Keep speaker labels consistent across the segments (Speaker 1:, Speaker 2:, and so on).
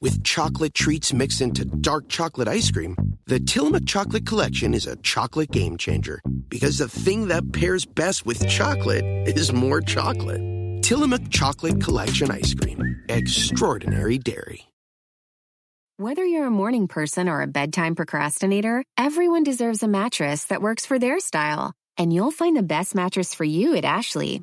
Speaker 1: With chocolate treats mixed into dark chocolate ice cream, the Tillamook Chocolate Collection is a chocolate game changer because the thing that pairs best with chocolate is more chocolate. Tillamook Chocolate Collection Ice Cream. Extraordinary Dairy.
Speaker 2: Whether you're a morning person or a bedtime procrastinator, everyone deserves a mattress that works for their style. And you'll find the best mattress for you at Ashley.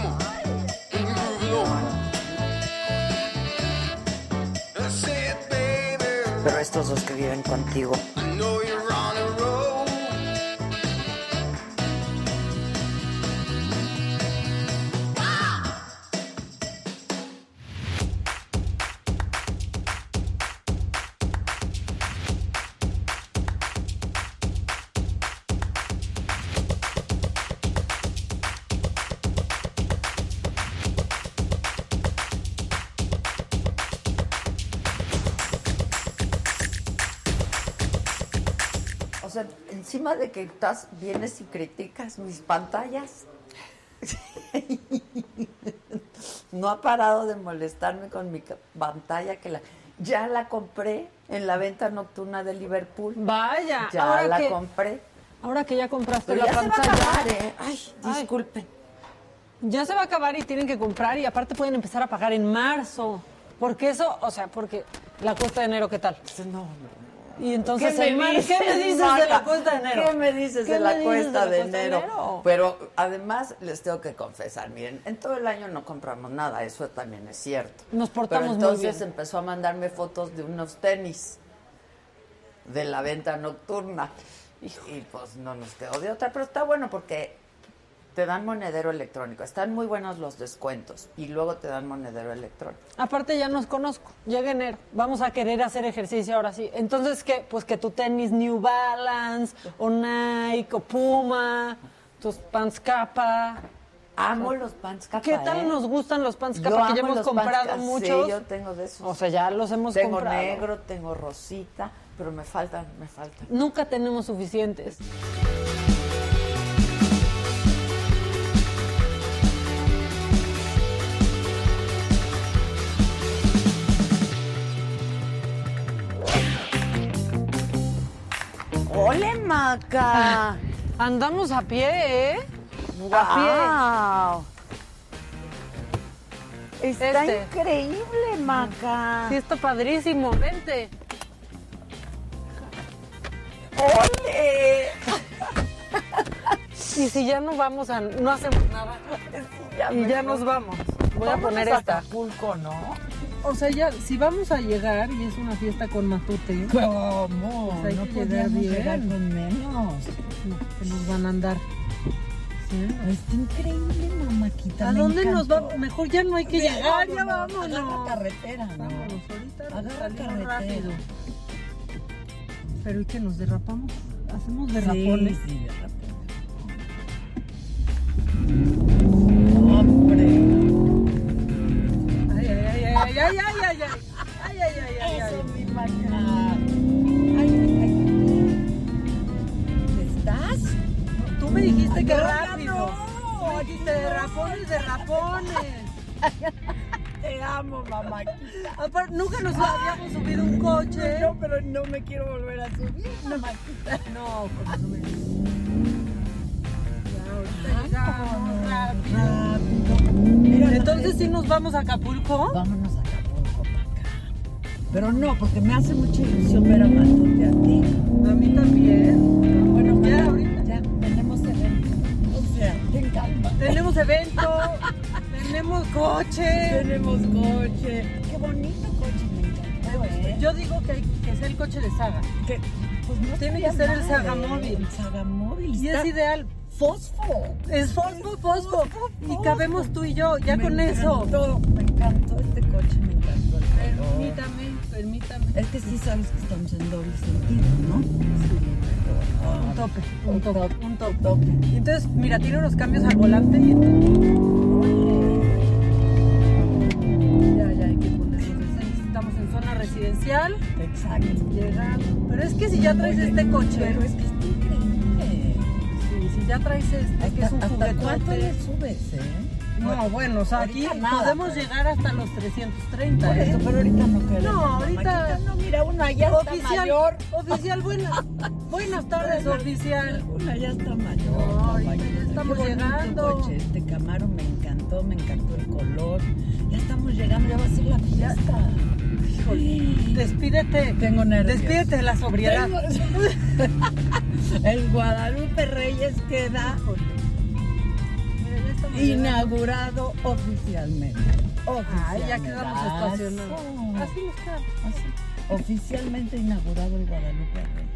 Speaker 3: on, we can groove it on. That's it, baby.
Speaker 4: Pero estos dos que viven contigo.
Speaker 3: I know you're on a roll.
Speaker 4: O sea, encima de que estás, vienes y criticas mis pantallas. no ha parado de molestarme con mi ca- pantalla que la ya la compré en la venta nocturna de Liverpool.
Speaker 5: Vaya,
Speaker 4: ya
Speaker 5: Ah, ahora
Speaker 4: la
Speaker 5: que-
Speaker 4: compré.
Speaker 5: Ahora que ya compraste
Speaker 4: Pero
Speaker 5: la
Speaker 4: ya se va a
Speaker 5: pantalla,
Speaker 4: acabar, ¿eh? Ay,
Speaker 5: Ay.
Speaker 4: disculpen.
Speaker 5: ya se va a acabar y tienen que comprar y aparte pueden empezar a pagar en marzo. Porque eso, o sea, porque la cuesta de enero, ¿qué tal?
Speaker 4: No, no.
Speaker 5: Y entonces,
Speaker 4: ¿Qué
Speaker 5: en
Speaker 4: me
Speaker 5: mar-
Speaker 4: dices,
Speaker 5: ¿qué me dices de
Speaker 4: Marta?
Speaker 5: la cuesta de enero?
Speaker 4: ¿Qué me dices
Speaker 5: ¿Qué
Speaker 4: de la
Speaker 5: me dices
Speaker 4: cuesta de enero? Pues-
Speaker 5: enero?
Speaker 4: Pero además les tengo que confesar, miren, en todo el año no compramos nada, eso también es cierto.
Speaker 5: Nos portamos
Speaker 4: Pero
Speaker 5: muy
Speaker 4: entonces
Speaker 5: bien.
Speaker 4: empezó a mandarme fotos de unos tenis de la venta nocturna. Y pues no nos quedó de otra, pero está bueno porque te dan monedero electrónico. Están muy buenos los descuentos y luego te dan monedero electrónico.
Speaker 5: Aparte ya nos conozco, llega enero, vamos a querer hacer ejercicio ahora sí. Entonces, ¿qué? Pues que tu tenis New Balance, o Nike, o Puma, tus pants capa.
Speaker 4: Amo los pants capa,
Speaker 5: ¿Qué tal
Speaker 4: ¿eh?
Speaker 5: nos gustan los pants
Speaker 4: Yo
Speaker 5: capa? Que ya
Speaker 4: amo
Speaker 5: hemos
Speaker 4: los
Speaker 5: comprado
Speaker 4: pants capa.
Speaker 5: muchos.
Speaker 4: Sí, yo tengo de esos.
Speaker 5: O sea, ya los hemos
Speaker 4: tengo
Speaker 5: comprado.
Speaker 4: negro, tengo rosita, pero me faltan, me faltan.
Speaker 5: Nunca tenemos suficientes.
Speaker 4: ¡Ole, Maca!
Speaker 5: Andamos a pie, ¿eh?
Speaker 4: ¡Wow! Está
Speaker 5: Este.
Speaker 4: increíble, Maca.
Speaker 5: Sí, está padrísimo. Ah. Vente.
Speaker 4: ¡Ole!
Speaker 5: Y si ya no vamos a... No hacemos nada. Y ya nos vamos. Voy a
Speaker 4: Vámonos
Speaker 5: poner
Speaker 4: a
Speaker 5: esta.
Speaker 4: Acapulco, ¿no?
Speaker 5: O sea, ya, si vamos a llegar y es una fiesta con matute,
Speaker 4: ¿Cómo?
Speaker 5: Pues hay
Speaker 4: no
Speaker 5: que llegar
Speaker 4: podíamos
Speaker 5: bien.
Speaker 4: llegar con menos.
Speaker 5: que nos van a andar.
Speaker 4: Está increíble, mamáquita.
Speaker 5: ¿A
Speaker 4: me
Speaker 5: dónde nos
Speaker 4: encantó.
Speaker 5: va? Mejor ya no hay que llegar, ya vámonos.
Speaker 4: Agarra carretera, ¿no?
Speaker 5: Vámonos, ahorita
Speaker 4: Agarra
Speaker 5: salimos
Speaker 4: carretera.
Speaker 5: rápido. Pero ¿y que nos derrapamos? ¿Hacemos
Speaker 4: Sí,
Speaker 5: derrapones?
Speaker 4: sí, de repente. ¡Hombre!
Speaker 5: Ay, ay, ay, ay, ay, ay, ay, ay. Ay, ay, ay, ay, ay.
Speaker 4: Eso, mi maca. Ay, ay. ¿Estás?
Speaker 5: Tú me dijiste que
Speaker 4: No, ya
Speaker 5: rápido.
Speaker 4: no.
Speaker 5: Tú me dijiste derrapones, derrapones.
Speaker 4: Te amo, mamá.
Speaker 5: Aparte, nunca nos habíamos subido un coche.
Speaker 4: No, pero no me quiero volver a subir, mamá.
Speaker 5: No, como no me- Ya, ahorita llegamos, rápido.
Speaker 4: Mira,
Speaker 5: Ah,
Speaker 4: eh.
Speaker 5: Entonces, ¿sí nos vamos a Acapulco?
Speaker 4: vámonos a Acapulco, maca. Pero no, porque me hace mucha ilusión ver a Matute a ti.
Speaker 5: A mí también.
Speaker 4: Bueno,
Speaker 5: Ya,
Speaker 4: Maca,
Speaker 5: ahorita.
Speaker 4: Ya, tenemos evento. O sea, ten calma.
Speaker 5: Tenemos evento, tenemos coche.
Speaker 4: Tenemos coche. Qué bonito coche, me encantó,
Speaker 6: Pues,
Speaker 4: ¿eh?
Speaker 5: Yo digo que, que sea el coche de Saga.
Speaker 4: Que, pues no
Speaker 5: Tiene
Speaker 4: estaría
Speaker 5: que ser el
Speaker 4: mal,
Speaker 5: Sagamóvil.
Speaker 4: ¿eh? El Sagamóvil.
Speaker 5: Y es
Speaker 4: está
Speaker 5: ideal.
Speaker 4: fosfo.
Speaker 5: Es fosfo, fosfo.
Speaker 4: Fosfo,
Speaker 5: Y
Speaker 4: fosfo.
Speaker 5: cabemos tú y yo, ya
Speaker 4: Me
Speaker 5: con eso.
Speaker 4: encantó, Me encantó este coche, me encantó el color.
Speaker 5: Permítame,
Speaker 7: permítame.
Speaker 6: Es que sí sabes que estamos en doble sentido, ¿no?
Speaker 5: Un tope, un tope, un tope, tope. Y entonces, mira, tiene unos cambios al volante y entonces... Ya, ya, hay que ponernos el seis. Estamos en zona residencial,
Speaker 6: Exacto.
Speaker 5: llegando... Pero es que si ya traes este coche...
Speaker 6: Pero es que está increíble.
Speaker 5: Sí, si ya traes este, que es un
Speaker 6: ¿Hasta, hasta cuánto
Speaker 5: juguetote.
Speaker 6: le subes, eh?
Speaker 5: No, bueno, o sea, aquí
Speaker 6: Ahorita nada,
Speaker 5: podemos
Speaker 6: pero-
Speaker 5: llegar hasta los 330.
Speaker 6: Por
Speaker 5: ¿eh?
Speaker 6: eso, pero ahorita no queremos.
Speaker 5: No, ahorita-
Speaker 6: mamáquita. No, mira, una ya está
Speaker 5: oficial,
Speaker 6: mayor.
Speaker 5: oficial, buenas, buenas tardes, oficial.
Speaker 6: Una ya está mayor.
Speaker 5: No, ahorita
Speaker 6: mamáquita.
Speaker 5: ya estamos
Speaker 6: Qué bonito
Speaker 5: llegando.
Speaker 6: coche. Este Camaro me encantó, me encantó el color. Ya estamos llegando, ya va a ser la fiesta.
Speaker 5: Despídete.
Speaker 6: Tengo nervios.
Speaker 5: Despídete de la sobriedad.
Speaker 6: Tengo- El Guadalupe Reyes queda
Speaker 5: Mira, ya estamos llegando.
Speaker 6: inaugurado oficialmente. Ah,
Speaker 5: Ay, ya quedamos
Speaker 6: Oficialmente.
Speaker 5: estacionados. Así nos queda.
Speaker 6: Así. Oficialmente inaugurado el Guadalupe Reyes.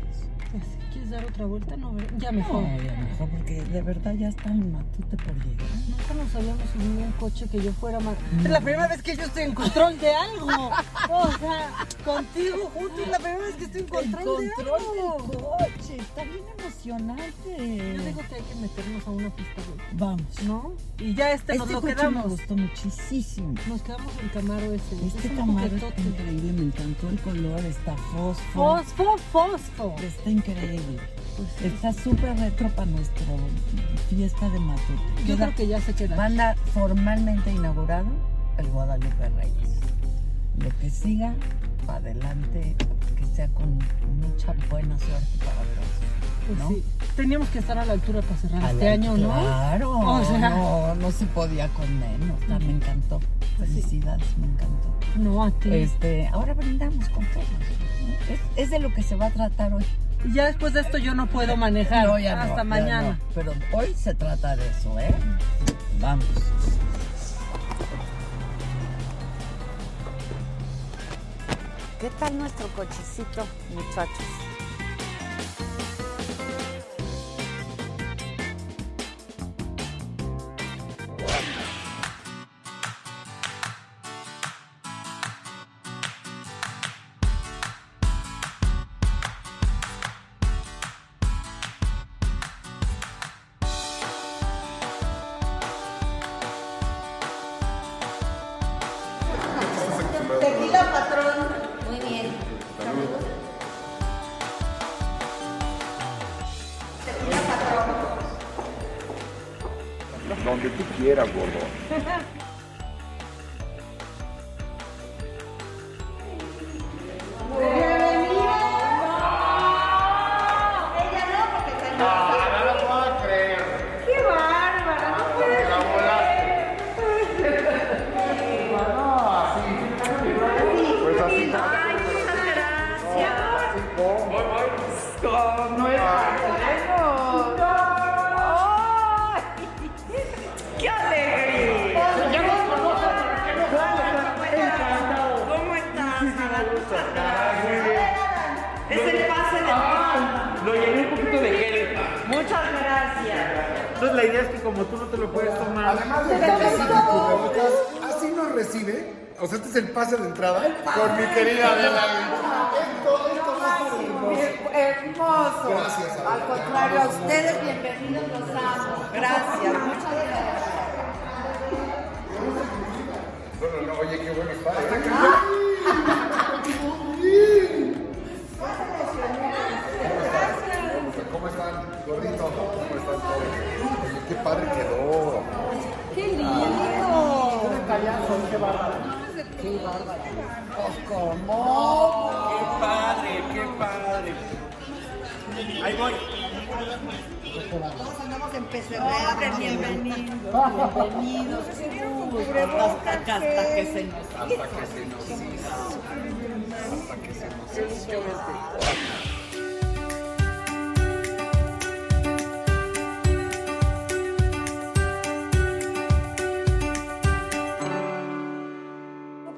Speaker 5: ¿Quieres dar otra vuelta? No, ¿verdad? ya
Speaker 6: No,
Speaker 5: mejor.
Speaker 6: a lo mejor porque de verdad ya está el matute por llegar.
Speaker 5: Nunca nos habíamos subido a un coche que yo fuera más. Es la primera vez que yo estoy en control de algo. O sea, contigo, juntos, es la primera vez que estoy en control,
Speaker 6: el
Speaker 5: de
Speaker 6: control
Speaker 5: algo.
Speaker 6: del coche. Está bien emocionante.
Speaker 5: Yo digo que hay que meternos a una pista, güey.
Speaker 6: Vamos.
Speaker 5: ¿No? Y ya este, nos
Speaker 6: este
Speaker 5: lo
Speaker 6: coche me
Speaker 5: quedamos.
Speaker 6: gustó muchísimo.
Speaker 5: Nos quedamos el Camaro este. ese.
Speaker 6: Este
Speaker 5: es un
Speaker 6: Camaro está
Speaker 5: juguetote.
Speaker 6: increíble, me encantó el color, está fosfo.
Speaker 5: Fosfo, fosfo.
Speaker 6: Está increíble.
Speaker 5: pues
Speaker 6: Está súper retro para nuestra fiesta de matute.
Speaker 5: Yo
Speaker 6: Queda-
Speaker 5: creo que ya se queda.
Speaker 6: Van a formalmente inaugurado el Guadalupe Reyes. Lo que siga, para adelante, que sea con mucha buena suerte para todos.
Speaker 5: Pues
Speaker 6: ¿no?
Speaker 5: sí. Teníamos que estar a la altura para cerrar
Speaker 6: A
Speaker 5: este
Speaker 6: la-
Speaker 5: año, ¿no?
Speaker 6: Claro,
Speaker 5: O sea-
Speaker 6: no, no se podía con menos. Ah, me encantó.
Speaker 5: Pues
Speaker 6: Felicidades, me encantó.
Speaker 5: No, a ti.
Speaker 6: Este, ahora brindamos con todos. ¿no? Es, es de lo que se va a tratar hoy.
Speaker 5: Y ya después de esto yo no puedo manejar.
Speaker 6: No, ya no,
Speaker 5: Hasta
Speaker 6: ya
Speaker 5: mañana.
Speaker 6: no. Pero hoy se trata de eso, ¿eh? Vamos.
Speaker 4: ¿Qué tal nuestro cochecito, muchachos?
Speaker 8: Donde tú quieras, gordo.
Speaker 9: Ah,
Speaker 8: Pues así.
Speaker 9: Ah, Lo llené un poquito de gel. Muchas gracias. Entonces la idea es que como tú no te lo puedes tomar.
Speaker 8: Además de que te saca cubrebocas, así nos recibe. O sea, este es el pase de entrada con mi querida Adela. Esto, esto no es todo hermoso.
Speaker 4: Hermoso.
Speaker 8: Gracias, Adela.
Speaker 4: Al contrario, a ustedes bienvenidos, los amo. Gracias, muchas gracias.
Speaker 8: Bueno, no, oye, qué bueno está. ¿eh? ¿Cómo están? Gordito, ¿cómo están todos? Oye, qué padre quedó.
Speaker 5: ¡Qué lindo!
Speaker 9: ¡Qué padre, qué padre! Ahí voy.
Speaker 6: Hasta, hasta que se nos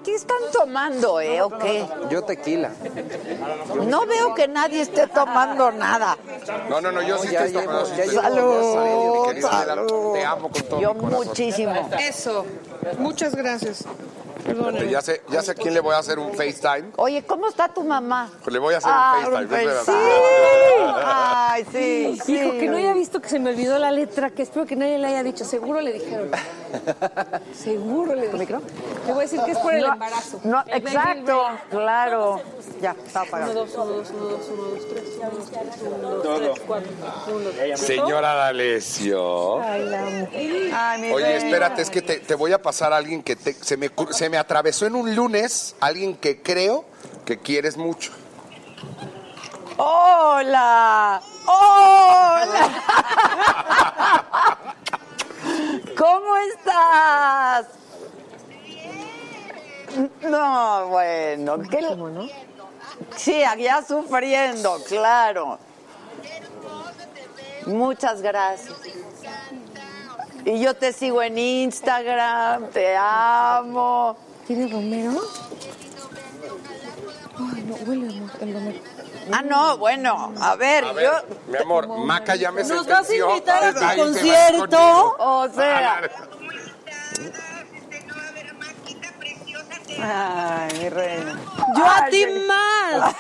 Speaker 4: ¿Qué están tomando, eh, o qué?
Speaker 10: Yo tequila.
Speaker 4: No veo que nadie esté tomando nada.
Speaker 8: No, no, no, yo sí
Speaker 10: ya
Speaker 8: estoy tomando.
Speaker 10: llevo- ya llevo dos años, mi
Speaker 4: Salud,
Speaker 10: querida Adela.
Speaker 4: salud.
Speaker 10: Te amo con todo
Speaker 4: Yo
Speaker 10: mi corazón.
Speaker 4: muchísimo.
Speaker 7: Eso. Muchas gracias.
Speaker 5: Perdónenme.
Speaker 8: Ya sé, ya sé a quién le voy a hacer un FaceTime.
Speaker 4: Oye, ¿cómo está tu mamá?
Speaker 8: Pues Le voy a hacer
Speaker 4: Ah,
Speaker 8: un FaceTime.
Speaker 4: un face-
Speaker 8: espérate.
Speaker 4: Sí. Ay, sí, sí.
Speaker 11: Hijo, que no haya visto que se me olvidó la letra, que espero que nadie le haya dicho. Seguro le dijeron. Seguro le dijeron. Le voy a decir que es por el
Speaker 4: No,
Speaker 11: embarazo.
Speaker 4: No,
Speaker 11: El baby
Speaker 4: exacto,
Speaker 11: brain.
Speaker 4: claro. Ya, está apagado.
Speaker 5: Uno, dos, uno, dos, uno, dos, tres, uno, dos, tres, uno, dos,
Speaker 8: Todo.
Speaker 5: tres, cuatro, uno, dos, tres.
Speaker 8: Señora D'Alessio.
Speaker 5: Ay, la amo. Ay, mi
Speaker 8: Oye,
Speaker 5: reina.
Speaker 8: espérate, es que te, te voy a pasar a alguien que te- se, me, cru- se me atravesó en un lunes, alguien que creo que quieres mucho.
Speaker 4: ¡Hola! ¡Hola! ¿Cómo estás? No, bueno, ¿qué no? Sí, allá sufriendo, claro. Muchas gracias. Y yo te sigo en Instagram, te amo.
Speaker 11: ¿Tiene romero? Ay, no, huele amor, el romero.
Speaker 4: Ah, no, bueno, a ver,
Speaker 8: A ver,
Speaker 4: yo...
Speaker 8: mi amor, Maca ya me
Speaker 4: Nos vas a
Speaker 8: sentenció.
Speaker 4: invitar a tu
Speaker 8: Ahí te vas
Speaker 4: concierto.
Speaker 8: conmigo.
Speaker 4: O sea.
Speaker 8: Ah,
Speaker 4: Ay, mi reina.
Speaker 5: Yo a
Speaker 4: Ay,
Speaker 5: ti
Speaker 4: mi-
Speaker 5: más.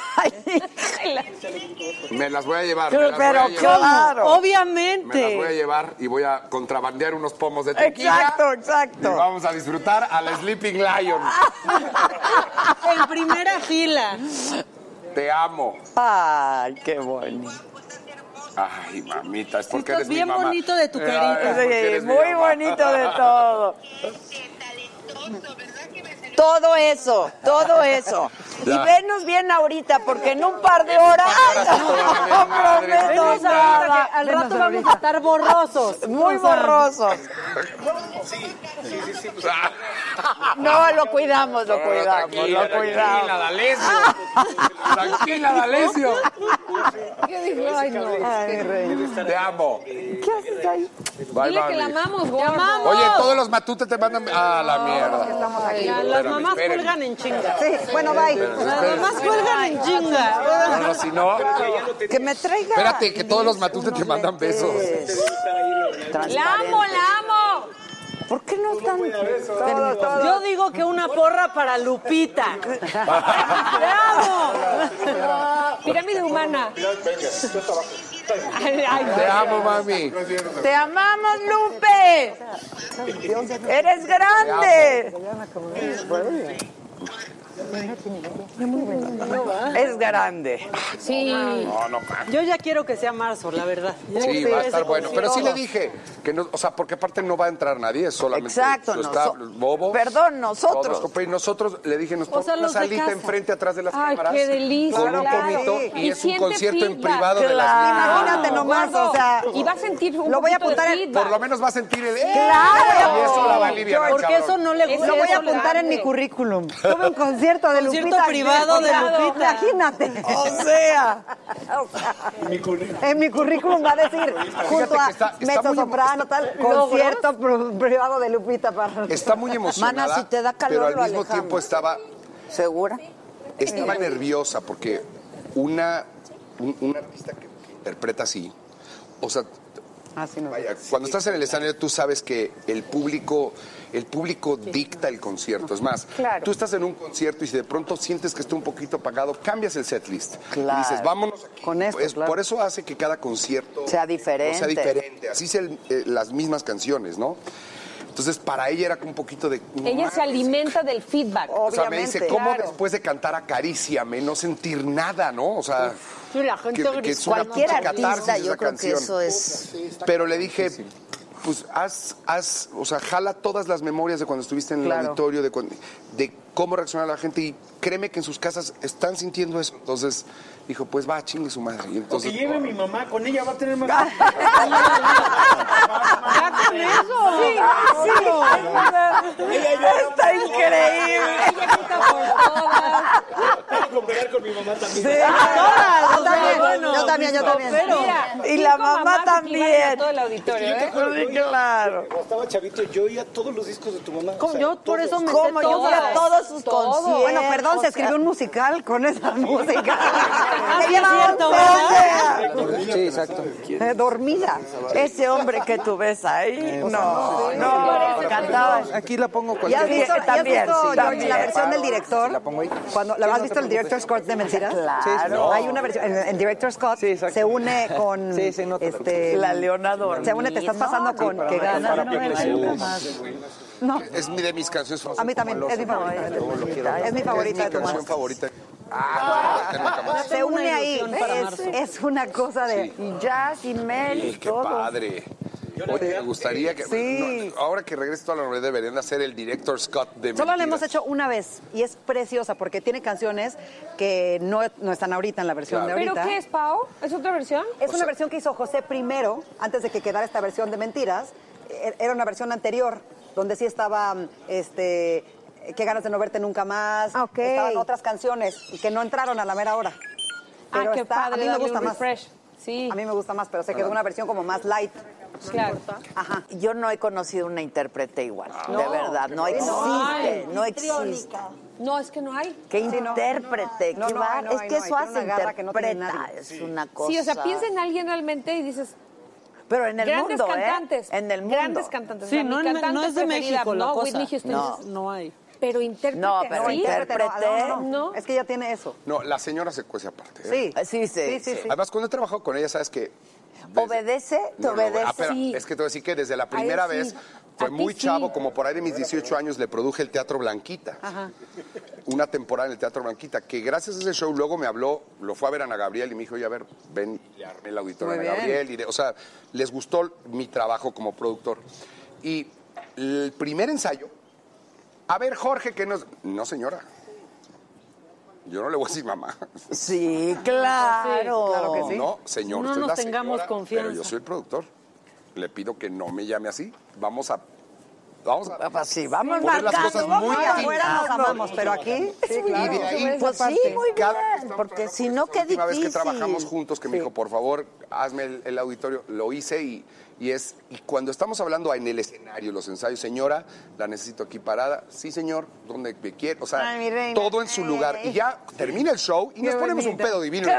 Speaker 8: Me las voy a llevar. me
Speaker 5: Pero,
Speaker 8: las voy a
Speaker 5: pero
Speaker 8: llevar.
Speaker 5: claro.
Speaker 8: Me las voy a
Speaker 5: Obviamente.
Speaker 8: llevar y voy a contrabandear unos pomos de tequila.
Speaker 5: Exacto,
Speaker 8: exacto. Y vamos a disfrutar a la Sleeping Lion.
Speaker 5: En primera fila.
Speaker 8: Te amo.
Speaker 4: Ay, qué bonito.
Speaker 8: Ay, mamita, es porque
Speaker 5: estás
Speaker 8: eres mi
Speaker 5: bien
Speaker 8: mamá.
Speaker 5: bonito de tu
Speaker 8: Ay,
Speaker 5: carita.
Speaker 8: es porque
Speaker 4: Sí,
Speaker 8: eres mi
Speaker 4: muy
Speaker 8: mamá.
Speaker 4: bonito de todo. Todo eso, todo eso. Y
Speaker 8: Ya.
Speaker 4: venos bien ahorita, porque en un par de horas
Speaker 8: par de horas te
Speaker 4: no
Speaker 8: van a valer
Speaker 4: prometo
Speaker 8: madre.
Speaker 4: nada.
Speaker 5: Al rato vamos a estar borrosos.
Speaker 4: Muy
Speaker 5: O sea,
Speaker 4: borrosos.
Speaker 8: Sí, sí, sí, pues, ah,
Speaker 4: No, lo cuidamos, lo
Speaker 8: no,
Speaker 4: cuidamos,
Speaker 8: tranquila,
Speaker 4: lo
Speaker 8: Tranquila,
Speaker 4: cuidamos.
Speaker 8: D'Alessio.
Speaker 5: Ah.
Speaker 8: Tranquila, D'Alessio.
Speaker 11: ¿Qué dijo? Ay, no.
Speaker 4: Ay, rey.
Speaker 8: Te amo.
Speaker 4: ¿Qué haces ahí?
Speaker 8: Bye,
Speaker 11: Dile que
Speaker 8: mami.
Speaker 11: la amamos, gordo.
Speaker 5: amamos.
Speaker 8: Oye, todos los matutes te mandan a la mierda.
Speaker 5: Las
Speaker 8: Espérame,
Speaker 5: mamás
Speaker 8: espérenme.
Speaker 5: cuelgan en chinga.
Speaker 4: Sí, bueno, bye.
Speaker 5: Las mamás cuelgan en chinga.
Speaker 8: No, no, si no.
Speaker 4: Que me traiga.
Speaker 8: Espérate, que todos los matutes te mandan besos.
Speaker 5: La amo, la amo.
Speaker 4: ¿Por qué no están todo,
Speaker 5: Yo digo que una porra para Lupita. ¡Te amo!
Speaker 11: Pirámide humana.
Speaker 5: Ay, ay,
Speaker 8: Te amo, mami.
Speaker 4: ¡Te amamos, Lupe! ¡Eres grande! Es grande.
Speaker 11: Sí.
Speaker 8: No, no, pa.
Speaker 5: Yo ya quiero que sea marzo, la verdad. Ya
Speaker 8: Sí,
Speaker 5: quiero
Speaker 8: va a
Speaker 5: ese
Speaker 8: estar bueno. Pero sí le
Speaker 5: concierto.
Speaker 8: dije que no, o sea, porque aparte no va a entrar nadie, es solamente
Speaker 4: Exacto,
Speaker 8: los
Speaker 4: noso-
Speaker 8: tablos, Bobo.
Speaker 4: Perdón, nosotros.
Speaker 8: Todos, compa, y nosotros le dije, nos
Speaker 5: sea,
Speaker 8: ponemos una
Speaker 5: los de
Speaker 8: salita
Speaker 5: casa.
Speaker 8: enfrente, atrás de las
Speaker 11: Ay,
Speaker 8: cámaras.
Speaker 11: qué delicia,
Speaker 8: Con un
Speaker 11: claro.
Speaker 8: pomito y,
Speaker 11: Y
Speaker 8: es un
Speaker 11: siente
Speaker 8: concierto en
Speaker 11: feedback.
Speaker 8: privado de las
Speaker 4: Claro.
Speaker 8: niñas.
Speaker 4: Imagínate nomás,
Speaker 11: Gordo.
Speaker 4: o sea,
Speaker 11: Y va a sentir un
Speaker 4: lo voy a
Speaker 11: poquito de
Speaker 4: apuntar en-
Speaker 11: feedback.
Speaker 8: Por lo menos va a sentir el.
Speaker 4: Claro.
Speaker 8: Y eso la va a aliviar al
Speaker 5: Porque
Speaker 8: cabrón.
Speaker 5: eso no le gusta.
Speaker 11: Lo
Speaker 12: Voy a
Speaker 5: eso le
Speaker 12: apuntar en
Speaker 11: grande.
Speaker 12: mi currículum. Tuve un concierto de
Speaker 5: Concierto
Speaker 12: Lupita.
Speaker 5: privado de Lupita.
Speaker 12: Imagínate.
Speaker 4: O sea,
Speaker 12: En mi currículum va a decir, junto
Speaker 8: que
Speaker 12: a
Speaker 8: está- está
Speaker 12: mezzo
Speaker 8: muy emo-
Speaker 12: soprano, tal, concierto pr- privado de Lupita para
Speaker 8: Está muy emocionada.
Speaker 4: Mana, si te da calor,
Speaker 8: pero al
Speaker 4: lo
Speaker 8: mismo
Speaker 4: alejamos.
Speaker 8: tiempo estaba,
Speaker 4: ¿segura?
Speaker 8: estaba nerviosa porque una, un- un artista que interpreta así, o sea,
Speaker 12: Así Ah, no.
Speaker 8: Vaya, cuando estás en el escenario tú sabes que el público el público dicta el concierto. Es más, tú estás en un concierto y si de pronto sientes que está un poquito apagado, cambias el setlist.
Speaker 4: Claro.
Speaker 8: Y dices, vámonos aquí.
Speaker 12: Con esto,
Speaker 8: Es-
Speaker 12: claro.
Speaker 8: Por eso hace que cada concierto
Speaker 4: Sea
Speaker 8: o sea
Speaker 4: diferente.
Speaker 8: diferente. Así sean eh, las mismas canciones, ¿no? Entonces, para ella era como un poquito de...
Speaker 11: Ella se alimenta del feedback.
Speaker 8: O sea, me dice,
Speaker 4: Obviamente,
Speaker 8: ¿cómo
Speaker 4: claro.
Speaker 8: después de cantar Acaríciame no sentir nada, no? O sea,
Speaker 5: Sí, la gente
Speaker 8: que- que es una
Speaker 4: Cualquier
Speaker 8: pinche
Speaker 4: artista,
Speaker 8: catarsis
Speaker 4: yo
Speaker 8: esa
Speaker 4: creo
Speaker 8: canción.
Speaker 4: que eso es.
Speaker 8: Pero le dije, pues haz, haz, o sea, jala todas las memorias de cuando estuviste en el
Speaker 4: Claro.
Speaker 8: auditorio, de, cuan- de cómo reaccionaba la gente y créeme que en sus casas están sintiendo eso. Entonces dijo, pues va, chingue su madre. Y entonces,
Speaker 13: Que lleve mi mamá, con ella va a tener más.
Speaker 5: Ah,
Speaker 11: Ah,
Speaker 5: Sí,
Speaker 4: Está increíble.
Speaker 11: Ella grita por todas.
Speaker 13: Voy a cooperar con mi mamá también.
Speaker 5: todas,
Speaker 4: Yo
Speaker 5: o sea,
Speaker 4: también,
Speaker 5: bueno.
Speaker 4: yo también, yo también.
Speaker 11: Mira,
Speaker 4: y la
Speaker 11: cinco
Speaker 4: mamá,
Speaker 11: mamás equivalen a
Speaker 4: también.
Speaker 11: todo el auditorio, ¿eh?
Speaker 4: Sí, claro.
Speaker 13: Cuando estaba chavito, yo oía todos los discos de tu mamá.
Speaker 5: ¿Cómo? Yo por eso me
Speaker 4: ¿Cómo?
Speaker 5: sé
Speaker 4: Yo fui a todos
Speaker 5: todas.
Speaker 4: sus
Speaker 11: Todo.
Speaker 4: conciertos.
Speaker 12: Bueno, perdón,
Speaker 4: o
Speaker 12: se
Speaker 4: sea,
Speaker 12: escribió un musical con esa música.
Speaker 5: sí,
Speaker 12: Lleva
Speaker 5: es cierto,
Speaker 12: 11
Speaker 5: ¿verdad?
Speaker 12: años.
Speaker 14: Sí, exacto.
Speaker 4: Eh, dormida. Ese hombre que tú ves
Speaker 14: Eh,
Speaker 4: ahí, no, no, cantaba.
Speaker 14: Aquí la pongo
Speaker 4: ¿Ya
Speaker 14: cualquier
Speaker 4: has visto,
Speaker 14: cosa.
Speaker 4: ya has visto, George, la versión del
Speaker 14: Sí, la
Speaker 4: director?
Speaker 14: pongo ahí.
Speaker 4: Cuando, ¿La
Speaker 14: Sí,
Speaker 4: has
Speaker 14: no te
Speaker 4: visto el
Speaker 14: preocupes.
Speaker 4: director Scott de mentiras?
Speaker 14: Sí, sí, no.
Speaker 4: Hay una versión, en, en director Scott se une con
Speaker 14: Sí, sí, no te
Speaker 4: este,
Speaker 14: preocupes.
Speaker 4: la Leonador. Se une, te estás pasando con que gana. Ah, No.
Speaker 8: Es mi- de mis canciones favoritas.
Speaker 4: A mí también, es mi favorita. Es mi favorita de
Speaker 8: Es mi canción
Speaker 4: Tomás.
Speaker 8: favorita.
Speaker 4: Se une ahí.
Speaker 8: ilusión para
Speaker 4: Es, es una cosa de jazz y mel y
Speaker 8: Qué
Speaker 4: todo.
Speaker 8: padre. Oye, me gustaría que.
Speaker 4: Sí.
Speaker 8: no, ahora que regrese toda la novedad, deberían hacer el director Scott de
Speaker 4: Solo la
Speaker 8: Mentiras.
Speaker 4: hemos hecho una vez y es preciosa porque tiene canciones que no, no están ahorita en la versión
Speaker 5: Claro.
Speaker 4: de
Speaker 5: ¿Pero
Speaker 4: ahorita.
Speaker 5: qué es, Pau? ¿Es otra versión?
Speaker 4: Es una versión que hizo José primero, antes de que quedara esta versión de mentiras. E- Era una versión anterior, donde sí estaba mm, este. Qué ganas de no verte nunca
Speaker 5: Ah,
Speaker 4: más. Estaban otras canciones y que no entraron a la mera hora. Pero
Speaker 5: ah, qué
Speaker 4: está-
Speaker 5: padre,
Speaker 4: a mí me
Speaker 5: darle
Speaker 4: gusta
Speaker 5: un
Speaker 4: más.
Speaker 5: refresh. Sí.
Speaker 4: A mí me gusta más, pero se quedó una versión como más light.
Speaker 5: Claro. Ah,
Speaker 4: Ajá.
Speaker 15: Yo no he conocido una intérprete igual,
Speaker 4: No,
Speaker 15: de verdad, no
Speaker 4: qué
Speaker 15: existe,
Speaker 5: Ay,
Speaker 15: no existe.
Speaker 5: histriónica. No, es que no hay.
Speaker 15: Qué
Speaker 5: Sí, no.
Speaker 15: intérprete,
Speaker 5: No,
Speaker 15: qué
Speaker 5: no
Speaker 15: va-
Speaker 5: hay, no
Speaker 15: es
Speaker 5: hay,
Speaker 15: que
Speaker 5: no hay.
Speaker 15: eso
Speaker 5: Tiene
Speaker 15: hace
Speaker 5: una garra que no tiene
Speaker 15: interpreta,
Speaker 5: nadie.
Speaker 15: es una cosa.
Speaker 5: Sí, o sea, piensa en alguien realmente y dices,
Speaker 15: Pero en el
Speaker 5: grandes
Speaker 15: mundo, ¿eh?
Speaker 5: cantantes.
Speaker 15: En el mundo.
Speaker 5: Grandes cantantes.
Speaker 6: Sí,
Speaker 5: O sea,
Speaker 6: no,
Speaker 5: mi
Speaker 6: en-
Speaker 5: cantante
Speaker 6: no es de
Speaker 5: preferida,
Speaker 6: México la
Speaker 5: no,
Speaker 6: cosa.
Speaker 5: Whitney Houston,
Speaker 8: No.
Speaker 5: dices,
Speaker 6: No hay.
Speaker 5: Pero intérprete.
Speaker 15: No, pero
Speaker 5: ¿sí?
Speaker 15: intérprete.
Speaker 4: no, no. Es que ya tiene eso.
Speaker 8: No, la señora se cuece aparte.
Speaker 4: Sí.
Speaker 8: ¿eh?
Speaker 4: Sí, sí, sí, sí.
Speaker 8: Además, cuando he trabajado con ella, sabes que.
Speaker 15: Obedece, te
Speaker 8: No, no,
Speaker 15: obedece.
Speaker 8: ah, espera, Es que te voy a decir que desde la primera
Speaker 15: Ay, sí.
Speaker 8: vez fue
Speaker 15: A ti
Speaker 8: muy
Speaker 15: sí.
Speaker 8: chavo, como por ahí de mis 18 años, le produje el Teatro Blanquita.
Speaker 4: Ajá.
Speaker 8: una temporada en el Teatro Blanquita, que gracias a ese show luego me habló, lo fue a ver Ana Gabriel y me dijo, oye, a ver, ven y le armé el auditorio a
Speaker 4: Muy
Speaker 8: Ana
Speaker 4: bien.
Speaker 8: Gabriel. Y de- o sea, les gustó mi trabajo como productor. Y el primer ensayo, a ver, Jorge, que nos... No, señora. Yo no le voy a decir mamá.
Speaker 15: Sí, claro.
Speaker 8: No, señor.
Speaker 6: No
Speaker 8: usted es
Speaker 6: nos
Speaker 8: la
Speaker 6: tengamos
Speaker 8: señora,
Speaker 6: confianza.
Speaker 8: Pero yo soy el productor. Le pido que no me llame así. Vamos a... Vamos a...
Speaker 15: sí, vamos
Speaker 8: poner las
Speaker 15: marcando,
Speaker 8: cosas
Speaker 15: vamos
Speaker 8: muy
Speaker 15: marcando.
Speaker 4: Afuera nos amamos, pero aquí.
Speaker 8: Sí, claro. Y de ahí,
Speaker 15: Pues sí, muy bien, porque si no, qué
Speaker 8: última vez
Speaker 15: difícil.
Speaker 8: que trabajamos juntos que me dijo, por favor, hazme el, el auditorio, lo hice y, y es, y cuando estamos hablando en el escenario, los ensayos, señora, la necesito aquí parada, sí señor, donde me quiera, o sea,
Speaker 4: Ay, mi reina.
Speaker 8: todo en su lugar. Y ya termina el show y nos ponemos un pedo divino. ¡Eres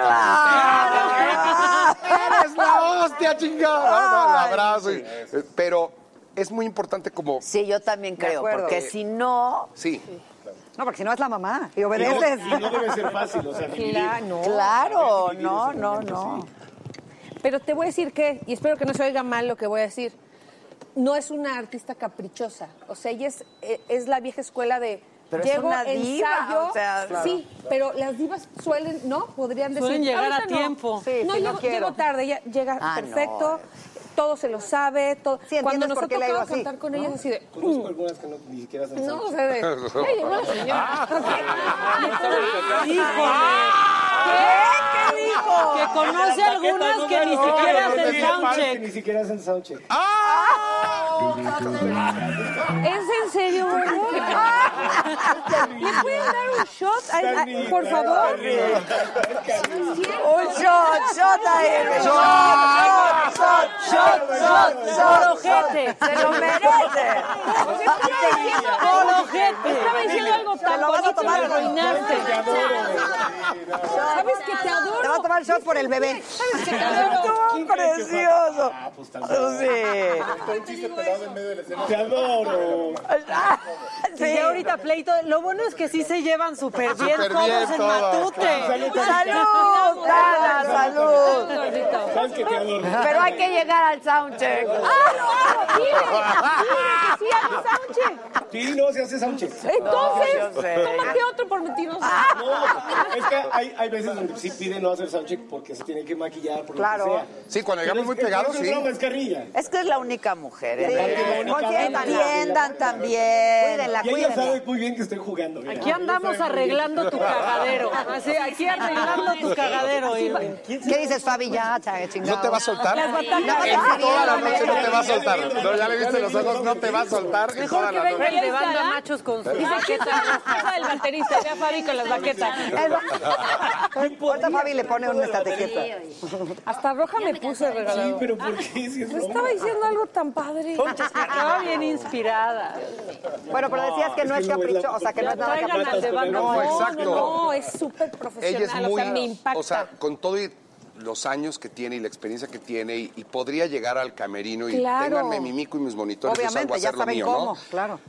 Speaker 8: la hostia, chingada! No, no, el abrazo. y- eh, pero es muy importante como...
Speaker 15: Sí, yo también creo, porque si no...
Speaker 8: Sí.
Speaker 4: No, porque si no es la mamá y obedeces.
Speaker 9: Y no- y no debe ser fácil, o sea, dividir.
Speaker 5: Claro, no.
Speaker 15: Claro, no,
Speaker 9: Ah,
Speaker 15: no, no.
Speaker 5: Pero te voy a decir que, y espero que no se oiga mal lo que voy a decir, no es una artista caprichosa. O sea, ella es, eh, es la vieja escuela de.
Speaker 15: Pero es
Speaker 5: llego,
Speaker 15: una diva,
Speaker 5: ensayo,
Speaker 15: o sea, claro.
Speaker 5: sí, pero las divas suelen, ¿no? Podrían decir.
Speaker 6: Suelen llegar a
Speaker 5: "Ahorita no".
Speaker 6: tiempo. Sí,
Speaker 5: no,
Speaker 6: sí, no
Speaker 5: llego,
Speaker 6: quiero.
Speaker 5: llego tarde, ella llega
Speaker 6: Ah, no.
Speaker 5: perfecto,
Speaker 15: eh.
Speaker 5: todo se lo sabe. Todo.
Speaker 4: entiendes
Speaker 5: Cuando nos
Speaker 4: por
Speaker 5: ha
Speaker 4: qué le ha ido
Speaker 5: tocado
Speaker 4: así,
Speaker 5: cantar con ella, es así de.
Speaker 9: Conozco algunas que no, ni siquiera se
Speaker 5: No, o sea, de. "Ay, llegó la señora". ¡Ah!
Speaker 6: ¿Qué? ¿Qué dijo? Que conoce algunas que ni siquiera hacen soundcheck.
Speaker 9: Ni siquiera hacen soundcheck.
Speaker 5: ¿Es en serio, gordo? ¿Le pueden dar un shot? Ay, ay, por favor.
Speaker 15: Un shot, shot a él.
Speaker 4: Shot, shot, shot, shot, shot,
Speaker 6: ¡Ojete!
Speaker 4: Se lo merece.
Speaker 6: ¡Por ojete!
Speaker 5: Estaba diciendo algo
Speaker 4: Te
Speaker 5: tan
Speaker 4: lo vas a
Speaker 5: bonito y
Speaker 4: tomar
Speaker 5: lo
Speaker 4: con
Speaker 5: arruinaste. ¿Sabes que te
Speaker 4: Te va a
Speaker 5: adoro?
Speaker 4: tomar el shot por el bebé.
Speaker 5: ¿Sabes que te adoro?
Speaker 4: ¡Tú, precioso!
Speaker 9: Ah, pues, Te adoro.
Speaker 4: Sí.
Speaker 6: Sí, ya ahorita pleito. Lo bueno es que sí se llevan súper bien
Speaker 8: Súper
Speaker 6: todos
Speaker 8: bien
Speaker 6: en
Speaker 8: todos.
Speaker 6: Matute.
Speaker 15: ¡Salud,
Speaker 5: Ah,
Speaker 15: Tala, salud!
Speaker 9: Sabes que te adoro.
Speaker 15: Pero hay que llegar al soundcheck.
Speaker 5: ¡Ah, no! ¡Dile! ¡Dile que sí a mi Sánchez!
Speaker 9: Sí, no, se hace soundcheck.
Speaker 5: Entonces,
Speaker 15: yo sé.
Speaker 5: tómate otro por mentirnos.
Speaker 6: Ah,
Speaker 9: No, es que hay, hay veces donde sí piden no hacer soundcheck porque se tiene que maquillar, por
Speaker 4: Claro.
Speaker 9: lo que sea.
Speaker 8: Sí, cuando llegamos muy
Speaker 9: Pero es-
Speaker 8: pegados,
Speaker 9: es
Speaker 8: sí.
Speaker 9: broma, es carrilla.
Speaker 15: Es que es la única mujer. ¿eh?
Speaker 4: Consiéntanla.
Speaker 15: Entiendan también.
Speaker 4: Cuídenla,
Speaker 9: Y ella
Speaker 4: cuídenla.
Speaker 9: sabe muy bien que estoy jugando. ¿verdad?
Speaker 6: Aquí andamos arreglando tu cagadero. Así, aquí arreglando tu cagadero. Irving.
Speaker 4: ¿Qué dices, Fabi? Ya, cha, chingado.
Speaker 8: ¿No te va a soltar?
Speaker 6: Las
Speaker 8: En
Speaker 6: batallas.
Speaker 8: toda la noche no te va a soltar. No, ya le viste los ojos, no te va a soltar. En toda
Speaker 6: Mejor que
Speaker 8: la noche.
Speaker 6: venga el de banda machos con sus baquetas. Hija del baterista, ve a Fabi con las baquetas.
Speaker 4: Ahorita Fabi le pone una estrategia.
Speaker 5: Hasta roja me puse
Speaker 9: Sí,
Speaker 5: regalado.
Speaker 9: pero ¿por qué? Si es
Speaker 5: Yo
Speaker 9: broma.
Speaker 5: estaba diciendo algo tan padre.
Speaker 6: Estaba bien inspirada.
Speaker 4: Bueno, pero decías que no es capricho, o sea, que no es nada
Speaker 6: Traigan
Speaker 4: capricho.
Speaker 6: al de banda.
Speaker 8: No,
Speaker 6: No,
Speaker 8: exacto.
Speaker 6: no, no,
Speaker 5: No, es súper profesional,
Speaker 8: Ella es muy.
Speaker 5: o sea, me impacta.
Speaker 8: O sea, con todo y los años que tiene y la experiencia que tiene y, y podría llegar al camerino y
Speaker 16: Claro.
Speaker 8: ténganme mi mico y mis monitores, yo salgo a
Speaker 16: Obviamente, ya
Speaker 8: hacer lo
Speaker 16: saben
Speaker 8: mío,
Speaker 16: cómo,
Speaker 8: ¿no?
Speaker 16: claro.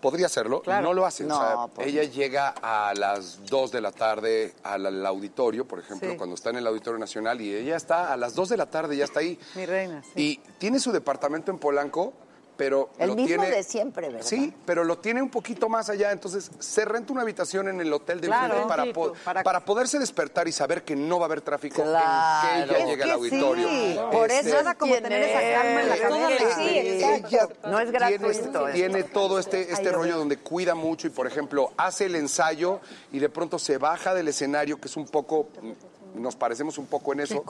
Speaker 8: Podría hacerlo,
Speaker 16: Claro.
Speaker 8: no lo hace. o
Speaker 16: No,
Speaker 8: sea,
Speaker 16: pues
Speaker 8: ella llega a las 2 de la tarde al, al auditorio, por ejemplo,
Speaker 16: Sí.
Speaker 8: cuando está en el Auditorio Nacional, y ella está a las 2 de la tarde, ya está ahí.
Speaker 16: Mi reina.
Speaker 8: Y tiene su departamento en Polanco, pero
Speaker 4: El
Speaker 8: lo
Speaker 4: mismo
Speaker 8: tiene...
Speaker 4: de siempre, ¿verdad?
Speaker 8: Sí, pero lo tiene un poquito más allá, entonces se renta una habitación en el hotel de
Speaker 4: Claro.
Speaker 8: enfrente para,
Speaker 4: Tantito,
Speaker 8: po- para... poderse despertar y saber que no va a haber tráfico en que
Speaker 4: Claro.
Speaker 8: ella llegue al
Speaker 4: Es que sí,
Speaker 8: auditorio.
Speaker 4: por
Speaker 8: Este,
Speaker 4: eso Nada como tiene- tener esa calma en la cabeza. Sí, exacto. No es
Speaker 8: tiene,
Speaker 4: gratuito esto.
Speaker 8: tiene todo este, este rollo donde cuida mucho y, por ejemplo, hace el ensayo y de pronto se baja del escenario, que es un poco, nos parecemos un poco en eso.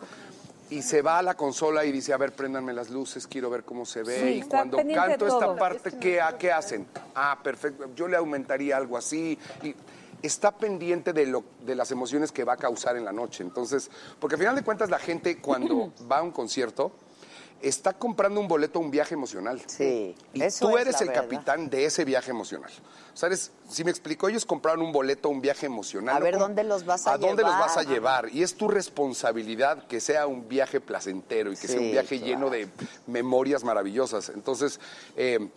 Speaker 8: Y se va a la consola y dice, a ver, préndanme las luces, quiero ver cómo se ve.
Speaker 17: Sí,
Speaker 8: y
Speaker 17: está
Speaker 8: cuando
Speaker 17: pendiente de
Speaker 8: canto esta
Speaker 17: todo.
Speaker 8: parte, ¿qué, a, ¿qué hacen? Ah, perfecto, yo le aumentaría algo así. Y está pendiente de, lo, de las emociones que va a causar en la noche. Entonces, porque al final de cuentas la gente cuando va a un concierto, está comprando un boleto a un viaje emocional. Sí. Y
Speaker 4: eso
Speaker 8: tú
Speaker 4: es
Speaker 8: eres
Speaker 4: la
Speaker 8: el
Speaker 4: verdad.
Speaker 8: capitán de ese viaje emocional. ¿Sabes? Si me explico, ellos compraron un boleto a un viaje emocional.
Speaker 4: A
Speaker 8: ¿no?
Speaker 4: ver
Speaker 8: ¿Cómo-
Speaker 4: dónde los vas a, llevar.
Speaker 8: dónde los vas a llevar? Y es tu responsabilidad que sea un viaje placentero y que sea
Speaker 4: Sí,
Speaker 8: un viaje lleno de memorias maravillosas. Entonces, eh,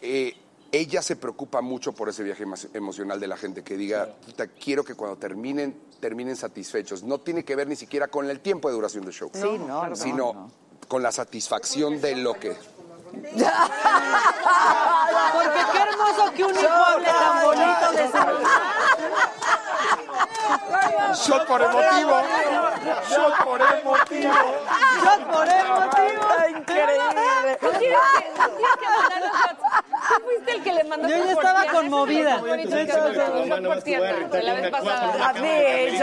Speaker 8: eh, ella se preocupa mucho por ese viaje emo- emocional de la gente, que diga, "Puta, quiero que cuando terminen, terminen satisfechos. No tiene que ver ni siquiera con el tiempo de duración del show.
Speaker 4: Sí, No, no, claro,
Speaker 8: Sino
Speaker 4: no,
Speaker 8: con la satisfacción de lo que...
Speaker 5: Porque qué hermoso que un hijo hable tan bonito de
Speaker 17: Yo por emotivo. Yo por emotivo.
Speaker 5: Yo por emotivo.
Speaker 17: Increíble.
Speaker 11: Tú tienes que, tú tienes que mandar los shots. Tú fuiste el que le mandó
Speaker 5: Yo ya
Speaker 11: los
Speaker 5: estaba
Speaker 11: shots.
Speaker 5: conmovida.
Speaker 11: Eso es lo más
Speaker 5: Sí,
Speaker 11: bonito que
Speaker 5: sí,
Speaker 11: haces,
Speaker 5: sí,
Speaker 11: los
Speaker 5: sí.
Speaker 11: shots por tierra, de la vez pasada.
Speaker 4: A mí,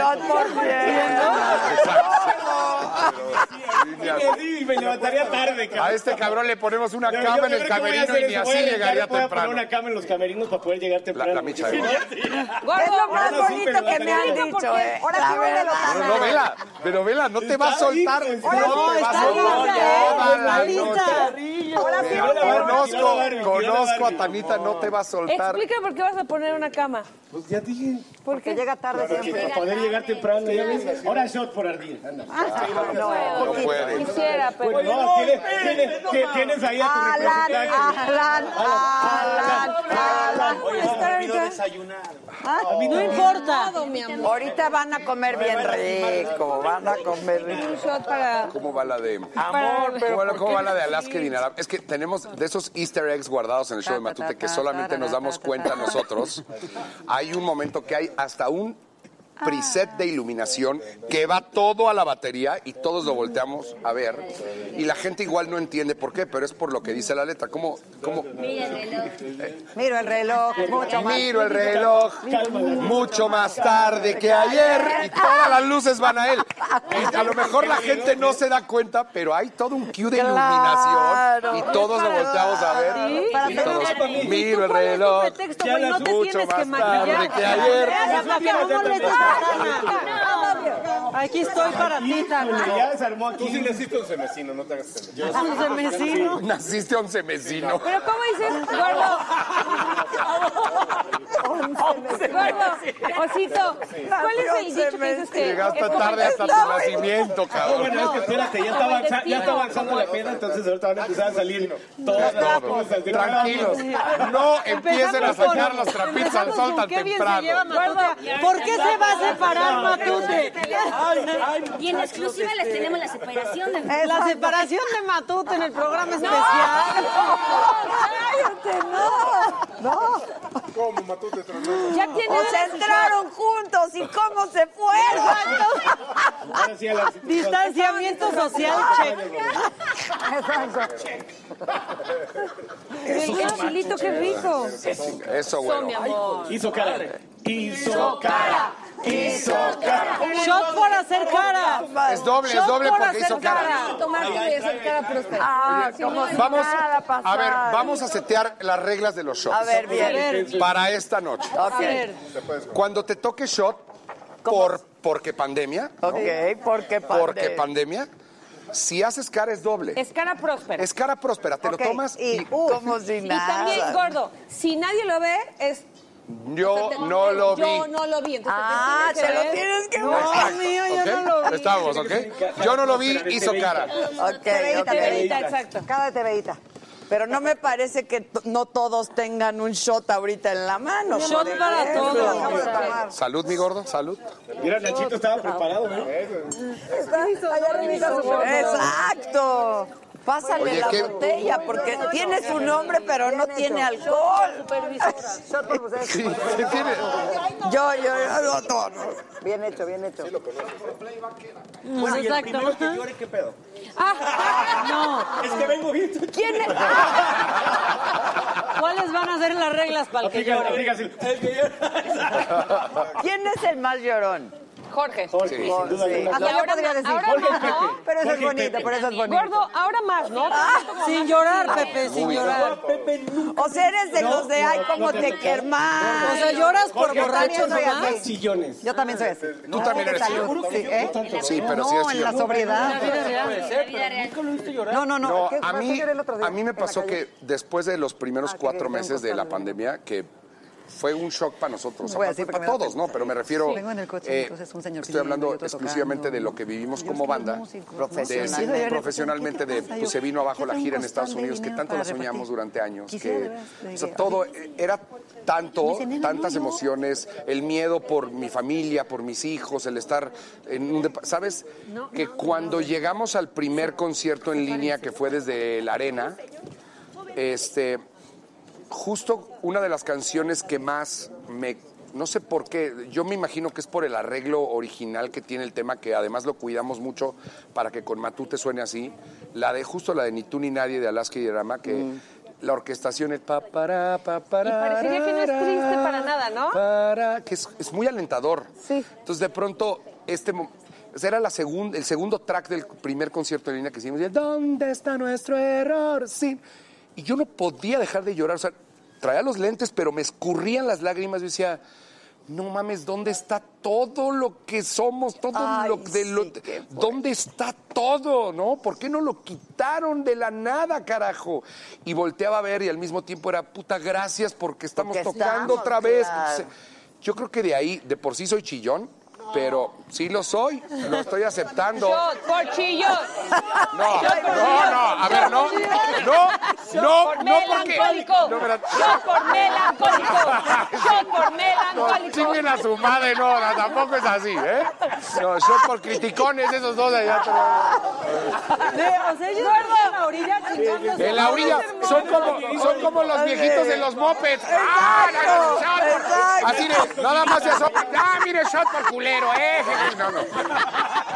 Speaker 4: yo por
Speaker 17: Y me levantaría tarde, cabrón.
Speaker 8: A este cabrón le ponemos una
Speaker 17: Yo-
Speaker 8: cama
Speaker 17: yo
Speaker 8: en el
Speaker 17: creo que voy a
Speaker 8: camerino
Speaker 17: hacer
Speaker 8: y ni
Speaker 17: eso.
Speaker 8: así
Speaker 17: Voy a rentar,
Speaker 8: llegaría
Speaker 17: voy a poner
Speaker 8: temprano.
Speaker 17: una cama en los camerinos para poder llegar temprano.
Speaker 8: la micha de-
Speaker 11: Es lo
Speaker 17: más bonito que me han dicho,
Speaker 11: ¿eh?
Speaker 17: Ahora
Speaker 11: La
Speaker 17: sí voy de
Speaker 11: verdad.
Speaker 17: loca.
Speaker 8: Pero no, vela, pero vela, no te va a
Speaker 17: Está bien,
Speaker 8: soltar.
Speaker 17: pues,
Speaker 8: No
Speaker 17: ahora sí,
Speaker 8: te va a
Speaker 17: está
Speaker 8: soltar.
Speaker 17: lista, eh,
Speaker 8: Toda
Speaker 17: está
Speaker 8: la noche.
Speaker 11: lista. Ahora sí,
Speaker 8: Pero
Speaker 11: ahora sí.
Speaker 8: Conozco, conozco a Tanita, no te va a soltar.
Speaker 11: Explica por qué vas a poner una cama.
Speaker 17: Pues ya dije.
Speaker 11: Porque llega tarde
Speaker 17: Para que- para poder llegar temprano, ya ves. Ahora shot por ardilla. anda.
Speaker 11: no,
Speaker 17: Porque-
Speaker 11: puede. Quisiera, pero-
Speaker 17: Bueno,
Speaker 11: No,
Speaker 17: no, tienes,
Speaker 11: espérate,
Speaker 17: tienes-
Speaker 11: no
Speaker 17: que-
Speaker 11: más.
Speaker 17: tienes ahí a tu
Speaker 11: Alan,
Speaker 17: representante.
Speaker 11: Alan, Alan, Alan.
Speaker 17: Oye, se me olvidó desayunar.
Speaker 4: A mí
Speaker 5: Ah, No
Speaker 4: también.
Speaker 5: importa.
Speaker 4: Ahorita van a comer bien rico, van a comer rico.
Speaker 8: ¿Cómo va la de
Speaker 4: Amor, pero
Speaker 8: ¿Cómo,
Speaker 4: ¿por
Speaker 8: cómo
Speaker 4: qué
Speaker 8: va la de
Speaker 4: así?
Speaker 8: Alaska y Dinara? Es que tenemos de esos Easter eggs guardados en el show de Matute que solamente nos damos cuenta nosotros. Hay un momento que hay hasta un preset de iluminación que va todo a la batería y todos lo volteamos a ver y la gente igual no entiende por qué, pero es por lo que dice la letra. ¿Cómo, cómo,
Speaker 16: Miro el reloj, mucho más.
Speaker 8: Miro el reloj mucho más tarde que ayer y todas las luces van a él. Y a lo mejor la gente no se da cuenta, pero hay todo un cue de iluminación y todos lo volteamos a ver.
Speaker 5: Sí, para
Speaker 8: Y
Speaker 5: tener
Speaker 8: todos,
Speaker 5: una- ¿Y tú
Speaker 8: miro el
Speaker 5: cuál es tu
Speaker 8: reloj
Speaker 5: pretexto, güey? No te
Speaker 8: mucho
Speaker 5: tienes que
Speaker 8: más tarde
Speaker 5: maquillar.
Speaker 8: que ayer.
Speaker 5: Ya, ya, ya, ¿cómo le estás? Aquí estoy para ti, Tana.
Speaker 17: Ya desarmó aquí. Tú sí necesitas un semecino, no te hagas
Speaker 5: Yo sí. Un semecino.
Speaker 8: Naciste once mesino.
Speaker 11: Pero ¿cómo dices, gordo? gordo, osito, ¿cuál es el dicho que dices que...
Speaker 8: Llegaste
Speaker 11: que como
Speaker 8: tarde
Speaker 11: el
Speaker 8: hasta tu
Speaker 11: destino-
Speaker 8: nacimiento,
Speaker 17: No,
Speaker 8: cabrón.
Speaker 17: Oh, bueno, es que espérate, ya está,
Speaker 11: Como el
Speaker 17: avanza- ya está
Speaker 11: destino.
Speaker 17: avanzando la peda, entonces ahorita van a empezar a salir todas las
Speaker 8: Todo.
Speaker 17: cosas.
Speaker 8: Tranquilos, no empiecen a sacar los trapitos al sol tan
Speaker 5: Qué bien se lleva
Speaker 8: temprano.
Speaker 5: Matute. ¿Por qué se va a separar Matute?
Speaker 18: Y en exclusiva les
Speaker 5: este,
Speaker 18: tenemos la separación de
Speaker 5: La separación de Matute en el programa especial.
Speaker 4: No.
Speaker 17: ¿Cómo mató te
Speaker 4: Ya tienen o se entraron juntos y cómo se fueron.
Speaker 5: Distanciamiento social,
Speaker 11: Mira, chilito, qué rico.
Speaker 8: Eso, bueno.
Speaker 11: mi amor.
Speaker 17: Hizo cara. Hizo cara. Hizo cara.
Speaker 5: Shot por hacer cara.
Speaker 8: Es doble, es
Speaker 5: Shot
Speaker 8: doble
Speaker 5: por
Speaker 8: porque
Speaker 5: hacer
Speaker 8: hizo cara.
Speaker 11: Tomás, voy a hacer cara próspera.
Speaker 4: Ah,
Speaker 11: Sí, no, sí,
Speaker 8: Vamos,
Speaker 11: nada
Speaker 8: a
Speaker 11: pasar.
Speaker 8: ver, vamos a setear las reglas de los shots.
Speaker 4: A ver, bien. A ver.
Speaker 8: Para esta noche.
Speaker 4: A ver.
Speaker 8: Cuando te toque shot, por, porque pandemia. ¿no?
Speaker 4: Ok, porque pandemia.
Speaker 8: ¿Eh? Porque pandemia. Si haces cara es doble.
Speaker 11: Es cara próspera.
Speaker 8: Es cara próspera, te lo tomas y...
Speaker 11: uh,
Speaker 4: Como si
Speaker 11: y
Speaker 4: nada.
Speaker 11: también, gordo, si nadie lo ve, es
Speaker 8: Yo no lo vi.
Speaker 11: Yo no lo vi. Entonces
Speaker 4: Ah,
Speaker 11: te, lo
Speaker 4: tienes que
Speaker 11: ver.
Speaker 8: Exacto, ¿ok? Estamos, ¿ok? Yo no lo vi, hizo cara.
Speaker 4: Ok, ok.
Speaker 16: exacto. Cada tebeita.
Speaker 4: Pero no me parece que t- no todos tengan un shot ahorita en la mano.
Speaker 16: Shot
Speaker 4: Por
Speaker 16: para
Speaker 4: ejemplo.
Speaker 16: todos.
Speaker 8: Salud, mi gordo, salud.
Speaker 6: Mira, Nachito estaba preparado, ¿no?
Speaker 4: Exacto. Pásale
Speaker 8: Oye,
Speaker 4: la
Speaker 8: qué-
Speaker 4: botella porque tiene su nombre pero no tiene alcohol.
Speaker 8: ¿Qué tiene?
Speaker 4: Yo, yo, yo, no, no,
Speaker 16: Bien hecho, bien hecho.
Speaker 5: Pues
Speaker 6: Bueno, y el primero que llore, ¿qué pedo?
Speaker 5: Ah,
Speaker 6: Es que vengo bien.
Speaker 5: ¿Quién es? ¿Cuáles van a ser las reglas para el que
Speaker 6: Aplica-
Speaker 5: llore?
Speaker 6: aplica así, el que llora.
Speaker 4: ¿Quién es el más llorón?
Speaker 5: Jorge.
Speaker 6: Jorge,
Speaker 4: Sí.
Speaker 6: sin duda
Speaker 4: Sí.
Speaker 6: alguna.
Speaker 5: Hasta yo
Speaker 6: Claro.
Speaker 5: podría decir.
Speaker 6: Ahora
Speaker 5: Jorge,
Speaker 6: no,
Speaker 5: Pepe.
Speaker 6: pero eso es
Speaker 5: Jorge,
Speaker 6: bonito,
Speaker 5: Pepe.
Speaker 6: por eso es bonito.
Speaker 5: Gordo, ahora más, ¿no?
Speaker 4: Ah,
Speaker 5: sin llorar, Pepe, sin llorar.
Speaker 4: O sea, eres de
Speaker 5: No,
Speaker 4: los de ay,
Speaker 5: no,
Speaker 4: cómo
Speaker 5: no te
Speaker 4: te
Speaker 5: acercas.
Speaker 4: quermas.
Speaker 5: O sea, lloras por
Speaker 6: Jorge,
Speaker 5: borracho
Speaker 6: yo soy
Speaker 5: nomás.
Speaker 6: así. Sillones.
Speaker 16: Yo también soy así.
Speaker 8: Tú también eres
Speaker 16: Salud,
Speaker 8: así.
Speaker 16: sí, ¿eh?
Speaker 8: Sí, pero
Speaker 16: no,
Speaker 8: sí es
Speaker 16: en la
Speaker 8: yo.
Speaker 16: sobriedad. No, no, no. ¿Qué
Speaker 8: a
Speaker 16: pasó?
Speaker 8: mí,
Speaker 16: Lloré el otro día
Speaker 8: a mí me
Speaker 16: en la
Speaker 8: pasó
Speaker 16: calle. Ah,
Speaker 8: que después de los primeros cuatro
Speaker 16: que vengo
Speaker 8: meses de la
Speaker 16: costando.
Speaker 8: pandemia, que fue un shock para nosotros,
Speaker 16: No voy a
Speaker 8: para,
Speaker 16: decir
Speaker 8: para
Speaker 16: porque me da
Speaker 8: todos, ¿no? Pero me refiero...
Speaker 16: Vengo en el coche,
Speaker 8: eh,
Speaker 16: entonces un señor
Speaker 8: Estoy
Speaker 16: pidiendo,
Speaker 8: hablando
Speaker 16: yo otro
Speaker 8: exclusivamente
Speaker 16: tocando.
Speaker 8: de lo que vivimos como banda,
Speaker 16: Profesionalmente.
Speaker 8: de- profesionalmente de pues, se vino abajo la gira en Estados Unidos, que tanto la soñamos durante años, que o sea, todo eh, era tanto, tantas emociones, el miedo por mi familia, por mis hijos, el estar en un, depa- sabes, que cuando llegamos al primer concierto en línea que fue desde la arena, este, justo una de las canciones que más me... No sé por qué, yo me imagino que es por el arreglo original que tiene el tema, que además lo cuidamos mucho para que con Matute suene así. La de justo la de Ni tú ni nadie de Alaska y Drama, que
Speaker 5: Mm.
Speaker 8: la orquestación es pa para pa para.
Speaker 5: parecería que no es triste para nada, ¿no?
Speaker 8: Para, que es, es muy alentador. Sí. Entonces de pronto este mo- o sea, era la segun- el segundo track del primer concierto en línea que hicimos. y, ¿Dónde está nuestro error? Sí. Y yo no podía dejar de llorar. O sea, traía los lentes, pero me escurrían las lágrimas. Yo decía, no mames, ¿dónde está todo lo que somos? Todo lo de lo- ¿Dónde está todo? ¿No? ¿Por qué no lo quitaron de la nada, carajo? Y volteaba a ver y al mismo tiempo era, puta, gracias porque estamos
Speaker 4: Porque
Speaker 8: tocando
Speaker 4: estamos,
Speaker 8: otra vez.
Speaker 4: claro.
Speaker 8: Yo creo que de ahí, de por sí soy chillón, pero sí lo soy, lo estoy aceptando.
Speaker 5: Shot por chillón.
Speaker 8: No,
Speaker 5: Shot por chillón.
Speaker 8: no, no, a ver,
Speaker 5: Shot
Speaker 8: no,
Speaker 5: por
Speaker 8: no,
Speaker 5: chillón.
Speaker 8: no,
Speaker 5: Shot por
Speaker 8: no, porque-
Speaker 5: Melancólico.
Speaker 8: no, pero-
Speaker 5: Shot por melancólico. Shot por
Speaker 8: No,
Speaker 5: melancólico.
Speaker 8: chinguen a su madre, no, no, tampoco es así, ¿eh? No, yo por criticones, esos dos de allá.
Speaker 5: o sea, ellos están en la orilla chingándose.
Speaker 8: En la orilla, son como, son como los viejitos de los mopeds. ¡Ah, no, no, no, shot por-
Speaker 17: exacto.
Speaker 8: Así de, nada más se asoman. ¡Ah, mire, shot por culero, eh! No, no.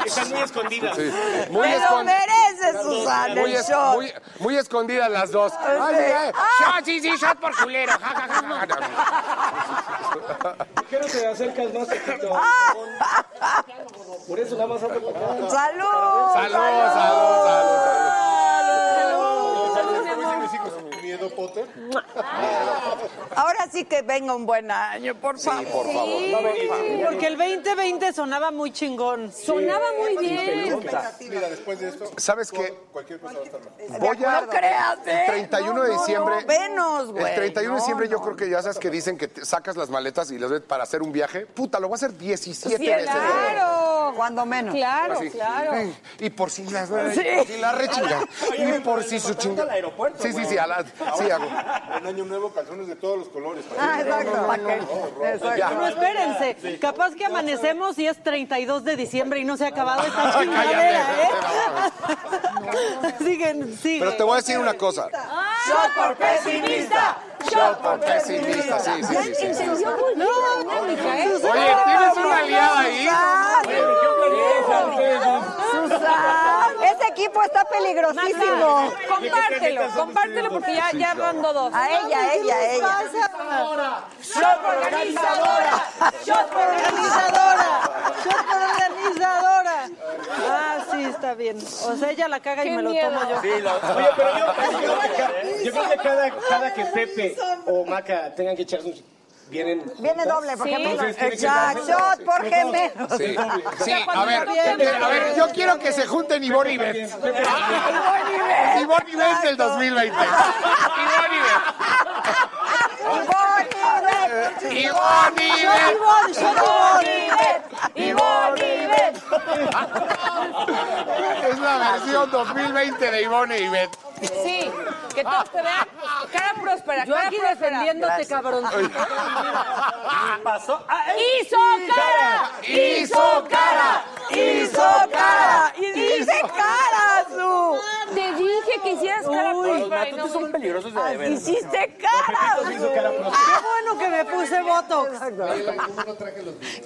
Speaker 6: Están muy escondidas.
Speaker 8: Sí,
Speaker 4: Muy
Speaker 8: muy
Speaker 4: Me lo
Speaker 8: escon-
Speaker 4: mereces, Susana,
Speaker 8: Muy,
Speaker 4: el
Speaker 8: es-
Speaker 4: shot.
Speaker 8: muy- muy escondidas las dos. Ay,
Speaker 4: Sí.
Speaker 8: ay, shot, sí, sí, shot por culero. Ja, ja, ja, ja. No, no.
Speaker 6: ¿Por qué no te acercas más, Tito? Por eso nada más hazlo para acá.
Speaker 4: ¡Salud!
Speaker 8: Salud, salud, salud.
Speaker 19: Miedo Potter.
Speaker 4: Ahora sí que venga un buen año, por favor.
Speaker 8: por favor.
Speaker 5: Porque el 2020 sonaba muy chingón. Sonaba muy bien.
Speaker 19: Mira, después Pues de esto,
Speaker 8: ¿Sabes qué?
Speaker 19: cualquier cosa va a estar mal.
Speaker 8: Voy a.
Speaker 4: No creas, ¿eh?
Speaker 8: El 31
Speaker 4: No,
Speaker 8: de
Speaker 4: no, no,
Speaker 8: diciembre.
Speaker 4: venos, güey.
Speaker 8: El 31
Speaker 4: No,
Speaker 8: de diciembre, yo
Speaker 4: no.
Speaker 8: creo que ya sabes que dicen que te- sacas las maletas y las ves para hacer un viaje. Puta, lo voy a hacer 17 veces.
Speaker 5: Claro.
Speaker 16: Cuando menos.
Speaker 5: Claro,
Speaker 8: Así.
Speaker 5: claro.
Speaker 8: Ay, Y por si las.
Speaker 4: Sí.
Speaker 8: y por si la rechinga.
Speaker 6: Oye,
Speaker 8: Y por
Speaker 6: pero
Speaker 8: si
Speaker 6: le
Speaker 8: su
Speaker 6: mandaste
Speaker 8: chinga.
Speaker 6: al aeropuerto,
Speaker 8: Sí, sí,
Speaker 6: güey.
Speaker 8: sí, a la. Sí, hago.
Speaker 19: En Año Nuevo, calzones de todos los colores.
Speaker 16: Ah, exacto.
Speaker 19: No, no, no, no, no.
Speaker 5: No,
Speaker 8: Ah,
Speaker 5: espérense. Capaz que amanecemos y es 32 de diciembre y no se ha acabado
Speaker 8: Ah,
Speaker 5: esta chingadera, ¿eh? Siguen, siguen.
Speaker 8: Pero te voy a decir una cosa.
Speaker 5: ¡Shot por pesimista!
Speaker 8: Shot por pesimista. Sí, sí, sí. sí, sí.
Speaker 18: Entendió muy bien la dinámica, ¿eh?
Speaker 8: Oye, ¿tienes una aliada ahí?
Speaker 16: Ese equipo está peligrosísimo.
Speaker 5: Este Compártelo, compártelo porque ya, ya van dos.
Speaker 16: A ella, ella, ella.
Speaker 5: ¡Shot por organizadora! ¡Shot por organizadora! ¡Shot por organizadora! Ah, sí, está bien. O sea, ella la caga y me lo tomo yo.
Speaker 6: Sí, lo- Oye, pero yo, yo creo que ca- yo creo que cada, cada que Pepe o Maca tengan que echarse un... Vienen juntas.
Speaker 16: Viene doble, porque
Speaker 5: Sí.
Speaker 16: menos.
Speaker 6: Entonces tiene que
Speaker 16: Exacto,
Speaker 6: pasar-
Speaker 16: por
Speaker 6: Los
Speaker 16: qué
Speaker 6: dos.
Speaker 16: menos.
Speaker 8: Sí,
Speaker 6: doble.
Speaker 8: sí, a ver, a ver, yo quiero que se junten Ivonne y Beth.
Speaker 20: Ah,
Speaker 8: Ivonne y Beth del 2020. Ivonne y Beth.
Speaker 16: Bonnie,
Speaker 20: Ivonne Ivet. Ivonne Ivet. Ivonne Ivet.
Speaker 8: Es la versión 2020 de Ivonne y Ivette.
Speaker 21: Sí, que todos te vean. Cara próspera,
Speaker 5: Yo
Speaker 21: cara
Speaker 5: aquí
Speaker 21: próspera.
Speaker 5: defendiéndote, cabrón.
Speaker 20: Pasó.
Speaker 21: ¡Hizo cara!
Speaker 20: ¡Hizo cara! ¡Hizo cara!
Speaker 21: ¡Hice cara, su! Te dije que hicieras cara
Speaker 20: Los
Speaker 21: próspera. y no
Speaker 20: matutos son peligrosos de ver.
Speaker 21: ¡Hiciste cara!
Speaker 5: Qué bueno que me puse botox.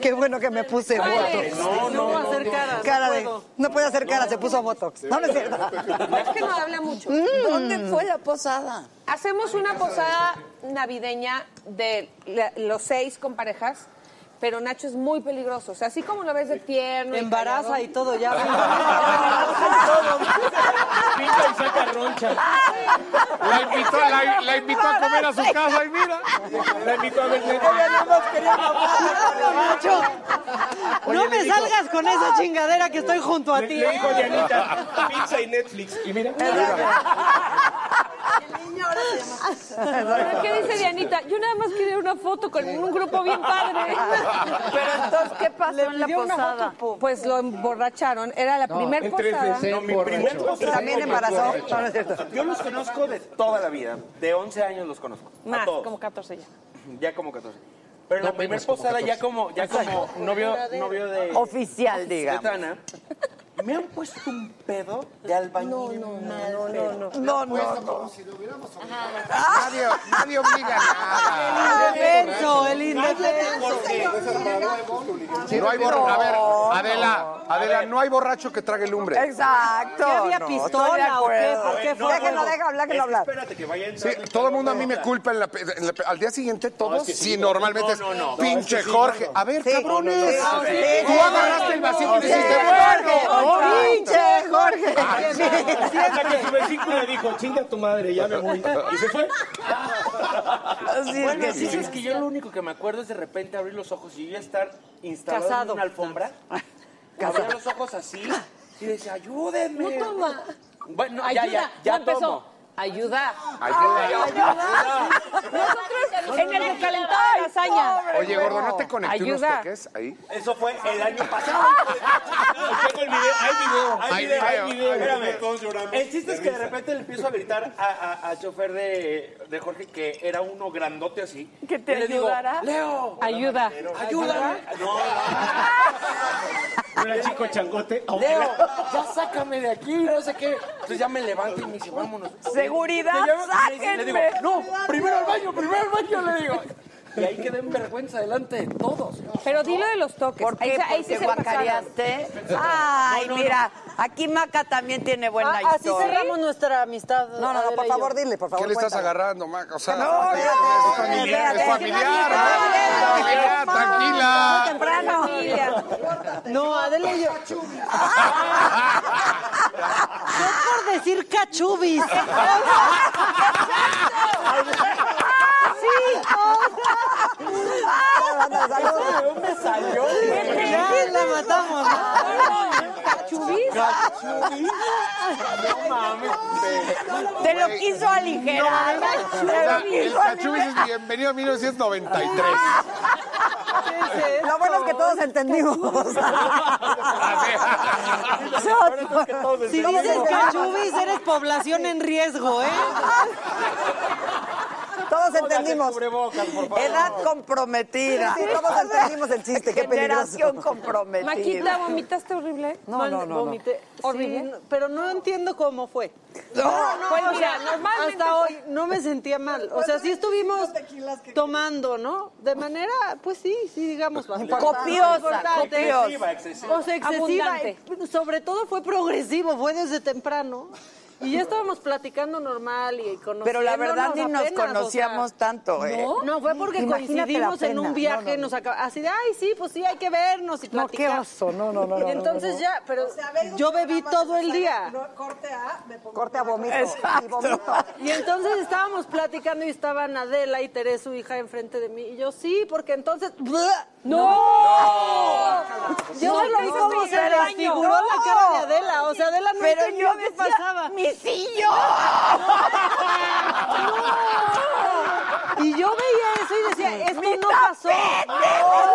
Speaker 6: Qué bueno que me puse
Speaker 5: Ay,
Speaker 6: botox.
Speaker 5: no, no, no, hacer caras,
Speaker 6: Cara
Speaker 5: no
Speaker 6: de-
Speaker 5: puedo.
Speaker 6: no puede hacer cara, se puso botox. No, no es cierto.
Speaker 21: Es que nos habla mucho.
Speaker 4: ¿Dónde fue la posada?
Speaker 21: Hacemos una posada navideña de la- los seis con parejas, pero Nacho es muy peligroso. O sea, así como lo ves de tierno.
Speaker 5: Embaraza y todo, ya.
Speaker 20: Pinta y saca roncha. La invitó, la, la invitó a comer a su casa y mira. La invitó a ver.
Speaker 5: Nacho, no me salgas con
Speaker 9: "Ah,
Speaker 5: esa chingadera que estoy junto a ti.
Speaker 9: Le dijo Dianita, pizza y Netflix. Y mira.
Speaker 21: ¿Pero qué dice Dianita? Yo nada más quería una foto con un grupo bien padre.
Speaker 4: Pero entonces, ¿qué pasó en la posada?
Speaker 21: Pues lo emborracharon. Era la primer posada.
Speaker 9: No, mi primer posada.
Speaker 6: También embarazó. No, no es cierto.
Speaker 9: Yo los conozco de toda la vida. De 11 años los conozco. a
Speaker 21: Más,
Speaker 9: todos.
Speaker 21: como 14 ya.
Speaker 9: Ya como 14. Pero en
Speaker 20: No,
Speaker 9: la primera
Speaker 20: menos como
Speaker 9: posada ya
Speaker 20: 14.
Speaker 9: como, ya como novio, novio de...
Speaker 4: Oh. Oficial, digamos.
Speaker 9: de Tana, Me han puesto un pedo de albañil. No, no, no, no,
Speaker 6: no, no,
Speaker 8: Nadie, nadie obliga nada.
Speaker 5: Defenso, el indefenso.
Speaker 8: No hay borracho. A ver, Adela, Adela, no hay borracho que trague lumbre.
Speaker 5: Exacto. ¿Qué había
Speaker 8: no, estoy de
Speaker 5: pistola o qué?
Speaker 8: acuerdo.
Speaker 5: ¿Por qué fue?
Speaker 9: Es que Espérate que vaya
Speaker 8: Sí, todo el mundo a mí me culpa en la, pe- en la pe- al día siguiente todos.
Speaker 9: es que sí,
Speaker 8: sí, normalmente es
Speaker 9: no, no, no. No, es
Speaker 8: pinche
Speaker 9: que sí,
Speaker 8: Jorge.
Speaker 9: no, no.
Speaker 8: A ver,
Speaker 9: Sí, no, no,
Speaker 8: cabrones.
Speaker 9: no, no, sí,
Speaker 8: Tú
Speaker 9: sí,
Speaker 8: agarraste
Speaker 9: no,
Speaker 8: el
Speaker 9: no,
Speaker 8: vasito y
Speaker 9: sí,
Speaker 8: dijiste,
Speaker 9: Jorge,
Speaker 8: bueno.
Speaker 6: ¡Pinche Jorge!
Speaker 9: Hasta que su vecícula dijo, chinga tu madre, ya me voy. Y se fue. bueno,
Speaker 20: es que
Speaker 9: sí,
Speaker 20: sí.
Speaker 9: es que yo lo único que me acuerdo es de repente abrir los ojos y yo ya estar instalado
Speaker 5: Casado.
Speaker 9: en una alfombra.
Speaker 5: Casado.
Speaker 9: Abría los ojos así y decía, ayúdenme.
Speaker 5: No toma.
Speaker 9: Bueno, ya,
Speaker 4: Ayuda,
Speaker 9: ya, ya
Speaker 4: empezó.
Speaker 9: tomo.
Speaker 4: Ayuda.
Speaker 8: Ayuda.
Speaker 21: Nosotros en el calentado de la hazaña.
Speaker 8: Oye, gordo, ¿no te conecté unos
Speaker 21: Ayuda.
Speaker 8: toques ahí?
Speaker 9: Eso fue el año pasado. Ah. Tengo el video, hay video, hay
Speaker 8: Hay
Speaker 9: video, hay
Speaker 8: video,
Speaker 9: video.
Speaker 8: hay
Speaker 9: espérame.
Speaker 8: video, todos llorando
Speaker 9: El chiste
Speaker 8: de
Speaker 9: es que de
Speaker 8: risa.
Speaker 9: repente le empiezo a gritar a- a- al chofer de, de Jorge que era uno grandote así.
Speaker 21: Que te
Speaker 9: Y le digo,
Speaker 21: ayudara.
Speaker 9: Leo,
Speaker 21: Ayuda.
Speaker 9: ayúdame. Era chico changote. Leo, ya sácame de aquí, no sé qué. Entonces ya me levanto y me dice, vámonos.
Speaker 20: Seguridad,
Speaker 9: Me llama- me dice- Le digo,
Speaker 20: sáquenme.
Speaker 9: no, primero al baño, primero al baño, le digo. Y ahí quedé en vergüenza delante de todos.
Speaker 21: Pero dilo de los toques.
Speaker 4: ¿Por qué?
Speaker 21: Ahí, se- ahí sí
Speaker 4: Porque
Speaker 21: se pasaron.
Speaker 4: guacareaste. Ay,
Speaker 21: No, no,
Speaker 4: mira, aquí Maca también tiene buena
Speaker 5: Ah, así
Speaker 4: historia.
Speaker 5: cerramos nuestra amistad.
Speaker 6: No, no, no, por favor, dile, por favor.
Speaker 8: ¿Qué le estás
Speaker 6: cuéntale.
Speaker 8: agarrando, Mac? O sea,
Speaker 6: No,
Speaker 8: es
Speaker 6: espérate,
Speaker 8: familiar, es
Speaker 6: espérate.
Speaker 8: familiar.
Speaker 6: No,
Speaker 8: ¿no?
Speaker 6: espérate.
Speaker 8: Es familiar, tranquila.
Speaker 5: temprano. No, Adela y yo. Yo por decir cachubis.
Speaker 6: Anda, salud.
Speaker 9: ¿De dónde salió?
Speaker 5: Ya la matamos.
Speaker 21: ¿Cachubis?
Speaker 9: No mames.
Speaker 4: Te lo quiso aligerar. Te lo
Speaker 8: O sea, el
Speaker 4: quiso
Speaker 8: cachubis es bienvenido a 1993.
Speaker 6: Lo bueno es que todos entendimos.
Speaker 9: Es que todos
Speaker 5: Si
Speaker 9: decían,
Speaker 5: dices cachubis, eres población en riesgo, ¿eh?
Speaker 6: Todos
Speaker 9: "Póngase
Speaker 6: entendimos.
Speaker 9: cubrebocas, por favor.
Speaker 4: Edad comprometida.
Speaker 6: Sí, todos entendimos el chiste, qué peligroso.
Speaker 4: Generación comprometida.
Speaker 21: Maquita, ¿vomitaste horrible?
Speaker 6: No, no, no, no.
Speaker 5: Vomité. Sí,
Speaker 21: ¿Horrible?
Speaker 5: no, pero no entiendo cómo fue.
Speaker 21: No, no,
Speaker 5: Pues
Speaker 21: o
Speaker 5: mira,
Speaker 21: sea, normalmente
Speaker 5: hasta hoy no me sentía mal. O sea, sí estuvimos tomando, ¿no? De manera, pues sí, sí, digamos, bastante
Speaker 4: Copiosa,
Speaker 5: importante.
Speaker 9: Excesiva, excesiva.
Speaker 5: O sea, excesiva.
Speaker 21: Abundante.
Speaker 5: y sobre todo fue progresivo, fue desde temprano. Y ya estábamos platicando normal y conociéndonos
Speaker 4: Pero la verdad ni nos
Speaker 5: apenas, o sea,
Speaker 4: conocíamos tanto, ¿eh?
Speaker 5: ¿No? No, fue porque
Speaker 6: Imagínate
Speaker 5: coincidimos
Speaker 6: la
Speaker 5: en
Speaker 6: pena.
Speaker 5: un viaje, nos acaba- así de, ay, sí, pues sí, hay que vernos y
Speaker 6: No,
Speaker 5: platicar.
Speaker 6: qué oso, no, no, no,
Speaker 5: Y
Speaker 6: no, no,
Speaker 5: entonces
Speaker 6: no.
Speaker 5: ya, pero yo bebí todo el día.
Speaker 6: Corte a vomito. Y vomito.
Speaker 5: Y entonces estábamos platicando y estaban Adela y Teresa, su hija, enfrente de mí. Y yo, sí, porque entonces... ¡No! Yo
Speaker 21: No,
Speaker 5: no, lo vi
Speaker 21: no,
Speaker 5: como
Speaker 21: no,
Speaker 5: se
Speaker 21: no, no.
Speaker 5: desfiguró la cara de Adela. O sea, Adela no
Speaker 4: Pero
Speaker 5: entendió
Speaker 4: yo
Speaker 5: qué
Speaker 4: decía,
Speaker 5: pasaba.
Speaker 4: ¡Mi sillo!
Speaker 5: Y yo veía eso y decía, esto no pasó?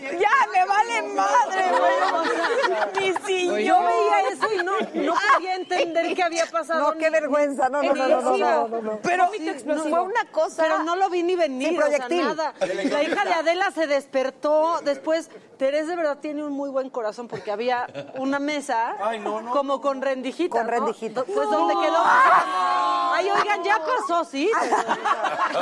Speaker 22: Ya, me vale madre, güey. Ni si
Speaker 5: Oye,
Speaker 22: yo
Speaker 5: yo veía eso y no, no podía entender qué había pasado.
Speaker 16: No, qué vergüenza, no, no, no, no, no, no, no, no.
Speaker 5: Pero
Speaker 16: Sí,
Speaker 5: fue una cosa. Pero no lo vi ni venir,
Speaker 16: Sí,
Speaker 5: o sea,
Speaker 16: proyectil.
Speaker 5: nada. La hija de Adela se despertó. Después, Teresa de verdad tiene un muy buen corazón porque había una mesa como con rendijita. Con rendijita. Pues donde quedó. Ay, oigan, ya pasó, sí.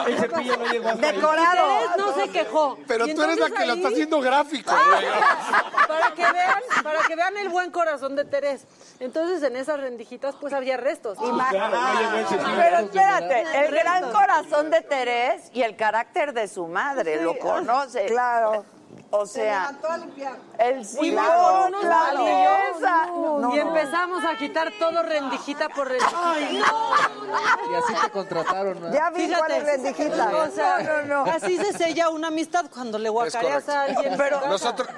Speaker 17: El cepillo no llegó hasta ahí.
Speaker 5: Teresa no se quejó.
Speaker 17: Pero
Speaker 5: Y
Speaker 17: tú eres la
Speaker 5: entonces
Speaker 17: que lo
Speaker 5: ahí-
Speaker 17: está haciendo gráfico, güey.
Speaker 5: para que vean, para que vean el buen corazón de Terés. Entonces en esas rendijitas pues había
Speaker 8: Ah,
Speaker 5: restos. Ah,
Speaker 22: Pero espérate, el gran corazón de Terés y el carácter de su madre,
Speaker 5: Sí,
Speaker 22: lo conoce.
Speaker 5: claro.
Speaker 22: O sea,
Speaker 16: levantó a limpiar.
Speaker 22: el sí,
Speaker 5: Y
Speaker 22: claro,
Speaker 5: luego unos
Speaker 22: claro.
Speaker 5: palillos,
Speaker 22: Esa-
Speaker 5: y empezamos a quitar todo rendijita por rendijita.
Speaker 23: Y así te contrataron, ¿no?
Speaker 5: Ya vi cuál es rendijita.
Speaker 23: O sea,
Speaker 5: no, no. Así se sella una amistad cuando le guacareas a alguien. en su
Speaker 22: Pero
Speaker 5: casa.
Speaker 22: nosotros.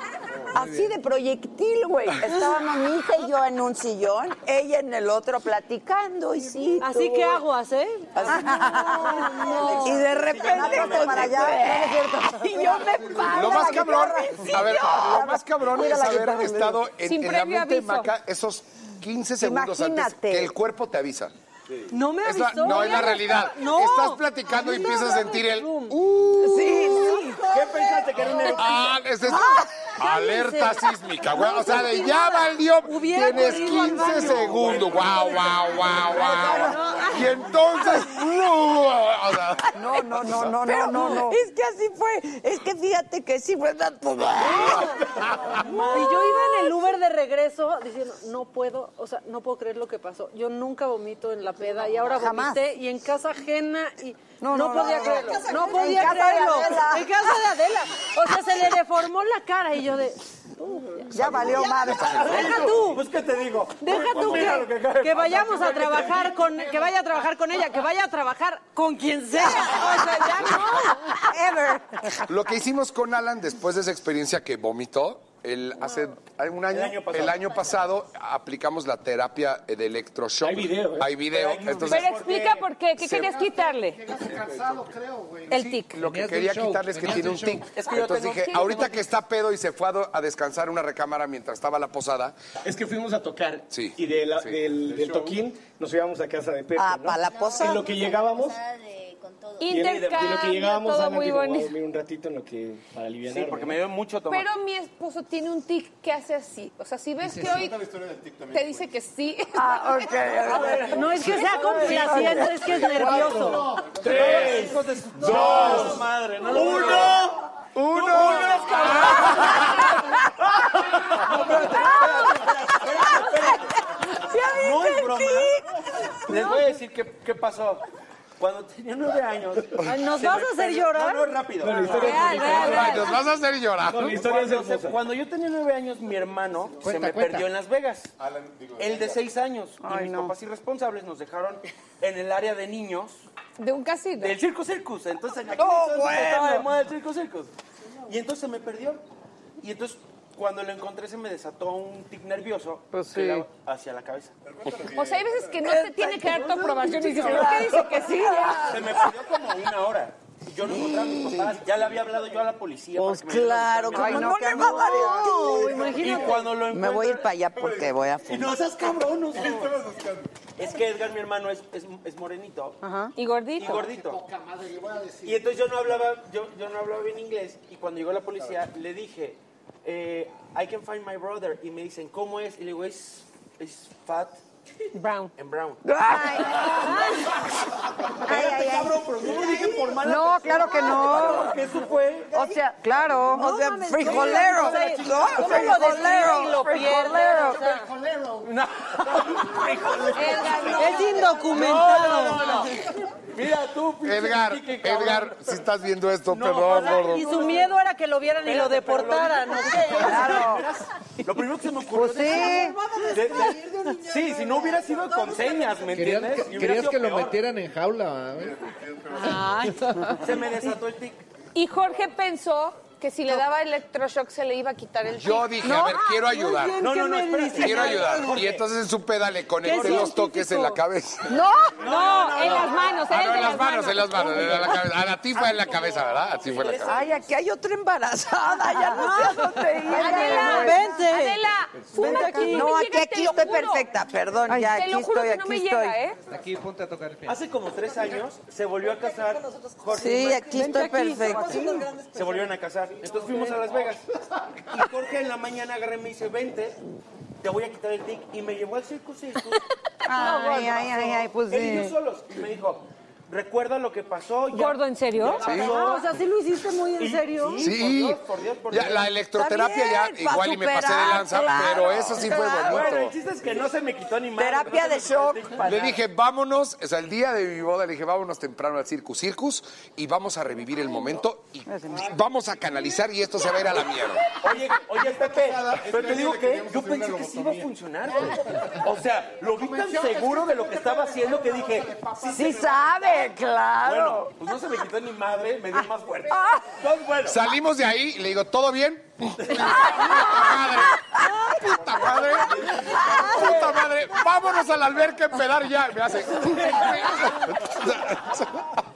Speaker 22: Así de proyectil, güey. Estábamos mi hija y yo en un sillón, ella en el otro platicando y sí.
Speaker 5: Así que aguas, ¿eh?
Speaker 22: No, Y de repente
Speaker 16: Ándate para allá, no es cierto.
Speaker 22: Y yo me paro.
Speaker 8: Lo más cabrón, a ver, lo más cabrón
Speaker 16: Mira
Speaker 8: es
Speaker 16: la
Speaker 8: haber
Speaker 16: guitarra,
Speaker 8: estado
Speaker 16: mira.
Speaker 8: en,
Speaker 16: Sin
Speaker 8: en la
Speaker 16: previo
Speaker 8: mente de
Speaker 16: aviso.
Speaker 8: Maca esos 15 segundos antes
Speaker 16: Imagínate.
Speaker 8: que el cuerpo te avisa.
Speaker 5: No me
Speaker 8: Es la-
Speaker 5: avisó.
Speaker 8: no, es la realidad.
Speaker 5: No.
Speaker 8: Estás platicando y empiezas a sentir el... Uh.
Speaker 5: Sí,
Speaker 22: sí.
Speaker 17: ¿Qué pensaste que era un eructo?
Speaker 8: Ah, es esto. Alerta
Speaker 17: cálmense.
Speaker 8: sísmica, güey.
Speaker 17: No
Speaker 8: O sea, de
Speaker 17: sentí
Speaker 8: ya
Speaker 17: nada.
Speaker 8: valió.
Speaker 17: Hubiera
Speaker 8: Tienes
Speaker 17: corrido al
Speaker 8: 15
Speaker 17: baño.
Speaker 8: segundos. Wow, wow, wow, wow. Y entonces. o sea,
Speaker 16: No, no, no, no,
Speaker 22: Pero
Speaker 16: no, no, no.
Speaker 22: Es que así fue. Es que fíjate que sí fue una
Speaker 5: Y yo iba en el Uber de regreso diciendo, no puedo, o sea, no puedo creer lo que pasó. Yo nunca vomito en la peda y ahora
Speaker 16: Jamás.
Speaker 5: vomité y en casa ajena y
Speaker 16: No,
Speaker 5: no,
Speaker 16: no, no,
Speaker 5: podía
Speaker 16: no,
Speaker 5: creerlo.
Speaker 16: en casa
Speaker 5: No
Speaker 16: ajena,
Speaker 5: podía
Speaker 16: en casa de
Speaker 5: creerlo.
Speaker 16: Adela.
Speaker 5: En casa de Adela. O sea, se le deformó la cara y yo de...
Speaker 16: Ya valió madre.
Speaker 5: Deja tú.
Speaker 17: Pues, ¿qué te digo?
Speaker 5: Deja
Speaker 17: Pues,
Speaker 5: tú
Speaker 17: mira lo
Speaker 5: que,
Speaker 17: acaba de
Speaker 5: que
Speaker 17: pasar,
Speaker 5: vayamos a
Speaker 17: fíjate.
Speaker 5: trabajar con que vaya a trabajar con ella, que vaya a trabajar con quien sea. O sea, ya no. Ever.
Speaker 8: Lo que hicimos con Alan después de esa experiencia que vomitó, él hace un año, el año pasado, aplicamos la terapia de electroshock. Hay video, Hay video. Entonces,
Speaker 22: Pero explica por qué. ¿Qué
Speaker 8: Se-
Speaker 22: querías quitarle? El tic.
Speaker 8: Lo que quería quitarle es que tiene un tic.
Speaker 17: Es que yo
Speaker 8: Entonces
Speaker 17: tengo-
Speaker 8: dije,
Speaker 17: sí, yo
Speaker 8: ahorita
Speaker 17: tengo
Speaker 8: que está pedo y se fue a, do- a descansar en una recámara mientras estaba la posada.
Speaker 17: Es que fuimos a tocar y de la- del, del toquín nos íbamos a casa de Pepe.
Speaker 22: Ah,
Speaker 17: ¿no?
Speaker 22: pa' la posada.
Speaker 17: En lo que llegábamos. y en- de lo que llegábamos,
Speaker 22: todo
Speaker 17: Ana
Speaker 22: muy
Speaker 17: dijo, "Voy a
Speaker 22: bonito.
Speaker 17: dormir un ratito en lo que para aliviar.
Speaker 9: Sí, porque me dio mucho tomar.
Speaker 11: Pero mi esposo tiene un tic que hace así. O sea, si ves que hoy te dice que sí.
Speaker 22: Ah, ok. A ver.
Speaker 5: No es que sea complaciente, es que es nervioso.
Speaker 17: Tres, dos, uno.
Speaker 8: ¡Uno!
Speaker 17: No es broma. Les voy a decir qué, qué pasó. Cuando tenía nueve años.
Speaker 5: Ay, ¿nos
Speaker 17: se
Speaker 5: vas
Speaker 17: me
Speaker 5: a hacer
Speaker 17: pegó-
Speaker 5: llorar?
Speaker 17: No, no, rápido.
Speaker 5: No, la historia es Real, bonita. real, real.
Speaker 8: Nos vas a hacer llorar.
Speaker 17: No, la historia es
Speaker 9: cuando,
Speaker 17: hermosa.
Speaker 9: se- cuando yo tenía nueve años, mi hermano se
Speaker 17: Cuenta,
Speaker 9: me
Speaker 17: cuenta.
Speaker 9: perdió en Las Vegas. el de seis años. y mis papás irresponsables nos dejaron en el área de niños.
Speaker 11: De un casino.
Speaker 9: Del Circo Circus. Entonces, aquí
Speaker 11: No,
Speaker 9: entonces
Speaker 11: bueno.
Speaker 9: estaba de moda el Circo Circus. Y entonces se me perdió. Y entonces, cuando lo encontré, se me desató un tic nervioso
Speaker 11: Pues
Speaker 9: que
Speaker 11: sí.
Speaker 9: daba hacia la cabeza.
Speaker 11: O sea, hay veces que no te tiene que dar tu aprobación y dices, ¿por qué dice que sí?
Speaker 9: Se me perdió como una hora. Y Yo no encontraba a mis papás. Ya le había hablado yo a la policía. Pues
Speaker 22: Claro, como no le va a dar el tic.
Speaker 9: Y cuando lo
Speaker 22: Me voy a ir
Speaker 9: encuentro-
Speaker 22: para allá porque voy a fumar.
Speaker 9: No seas cabrón, no seas cabrón. Es que Edgar, mi hermano, es, es, es morenito.
Speaker 11: Y gordito.
Speaker 9: Y gordito. Y entonces yo no hablaba, yo, yo no hablaba bien inglés. Y cuando llegó la policía, le dije, eh, I can find my brother. Y me dicen, ¿cómo es? Y le digo, es, es fat.
Speaker 5: Brown.
Speaker 9: En brown.
Speaker 16: Ay.
Speaker 9: Espérate, cabrón, pero no lo dije por mala
Speaker 16: No,
Speaker 9: persona.
Speaker 16: claro que no.
Speaker 9: Porque eso fue.
Speaker 22: O sea, claro, o sea,
Speaker 9: mames,
Speaker 22: frijolero,
Speaker 9: ¿cómo lo
Speaker 22: ¿no?
Speaker 5: describes y
Speaker 22: Frijolero,
Speaker 5: lo pierdes? O sea,
Speaker 22: frijolero.
Speaker 5: Es indocumentado.
Speaker 9: No, no, no, no. Mira tú, pinche
Speaker 8: Edgar,
Speaker 9: Quique, cabrón.
Speaker 8: Edgar, si estás viendo esto, perdón, gordo.
Speaker 5: Y su miedo era que lo vieran y lo
Speaker 9: Espérate, pero lo
Speaker 5: deportaran.
Speaker 9: dije.
Speaker 5: no sé.
Speaker 9: Lo primero que se me ocurrió.
Speaker 5: Pues sí.
Speaker 9: de- de- de- sí, si no hubiera sido con señas, ¿me
Speaker 23: Querían
Speaker 9: entiendes?
Speaker 23: que-
Speaker 9: Y hubiera
Speaker 23: querías
Speaker 9: sido
Speaker 23: que lo
Speaker 9: peor.
Speaker 23: metieran en jaula, ¿eh?
Speaker 9: Se me desató el tic.
Speaker 11: Y Jorge pensó que si le daba electroshock se le iba a quitar el
Speaker 8: Yo
Speaker 11: tic.
Speaker 8: dije,
Speaker 11: No,
Speaker 8: a ver, quiero
Speaker 11: muy
Speaker 8: ayudar.
Speaker 11: bien
Speaker 8: No,
Speaker 11: que
Speaker 8: no, no,
Speaker 11: me
Speaker 8: espérate,
Speaker 11: dices.
Speaker 8: quiero ayudar. Y entonces en su peda le conecté los toques en la cabeza.
Speaker 11: No,
Speaker 8: no,
Speaker 11: no,
Speaker 8: no,
Speaker 11: en
Speaker 8: no.
Speaker 11: las
Speaker 5: ¿eh?
Speaker 11: manos,
Speaker 8: Ah,
Speaker 11: él
Speaker 8: no,
Speaker 11: de
Speaker 8: en las manos, en las manos, en la cabeza. A la tifa en la cabeza, ¿verdad? Así fue en la cabeza.
Speaker 22: Ay, aquí hay otra embarazada, ya no sé a dónde ir.
Speaker 11: Adela, Vente. Adela,
Speaker 22: Vente
Speaker 11: súmate,
Speaker 22: aquí.
Speaker 11: no
Speaker 22: No,
Speaker 11: me
Speaker 22: aquí,
Speaker 11: llegas,
Speaker 22: aquí
Speaker 11: te lo
Speaker 22: estoy
Speaker 11: juro.
Speaker 22: perfecta, perdón,
Speaker 11: Ay,
Speaker 22: ya
Speaker 11: te
Speaker 22: aquí
Speaker 11: lo juro
Speaker 22: estoy,
Speaker 11: que no
Speaker 22: aquí
Speaker 11: me
Speaker 22: estoy.
Speaker 11: llega, ¿eh?
Speaker 6: Aquí ponte a tocar el pie.
Speaker 9: Hace como tres años se volvió a casar Jorge.
Speaker 22: Sí,
Speaker 9: y Mar-
Speaker 22: aquí estoy perfecta.
Speaker 9: Se volvieron a casar. Entonces fuimos a Las Vegas. Y Jorge en la mañana agarré y me dice, vente, te voy a quitar el tic. Y me llevó al circo circo.
Speaker 22: Ay, ay, ay, ay, pues
Speaker 9: Él y yo
Speaker 22: sí.
Speaker 9: solos. Y me dijo, recuerda lo que pasó. ya-
Speaker 5: Gordo, ¿en serio?
Speaker 9: ya pasó".
Speaker 5: Ah, o sea, sí lo hiciste muy en
Speaker 9: Y-
Speaker 5: serio.
Speaker 8: Sí, ya, la electroterapia
Speaker 9: Está
Speaker 8: ya
Speaker 9: bien,
Speaker 8: igual
Speaker 9: pa'
Speaker 8: y me pasé de
Speaker 9: superar,
Speaker 8: lanza,
Speaker 9: claro,
Speaker 8: pero eso sí fue
Speaker 9: claro.
Speaker 8: bonito.
Speaker 9: Bueno, el chiste es que no se me quitó ni más.
Speaker 22: Terapia de shock.
Speaker 8: Le dije, vámonos, o sea, el día de mi boda le dije, vámonos temprano al Circus Circus y vamos a revivir el momento y vamos a canalizar y esto se va a ir a la mierda.
Speaker 9: Oye, oye, Pepe, pero te digo que yo pensé que sí iba a funcionar. güey. O sea, lo vi tan seguro de lo que estaba haciendo que dije, sí, se me va.
Speaker 22: sabe, claro.
Speaker 9: Bueno, pues no se me quitó ni madre, me dio más fuerte.
Speaker 22: Ah.
Speaker 9: Entonces, bueno.
Speaker 8: Salimos de ahí y le digo, ¿todo bien? ¡Puta madre! ¡Puta madre! ¡Vámonos a la alberca a empedar ya! Y me hace...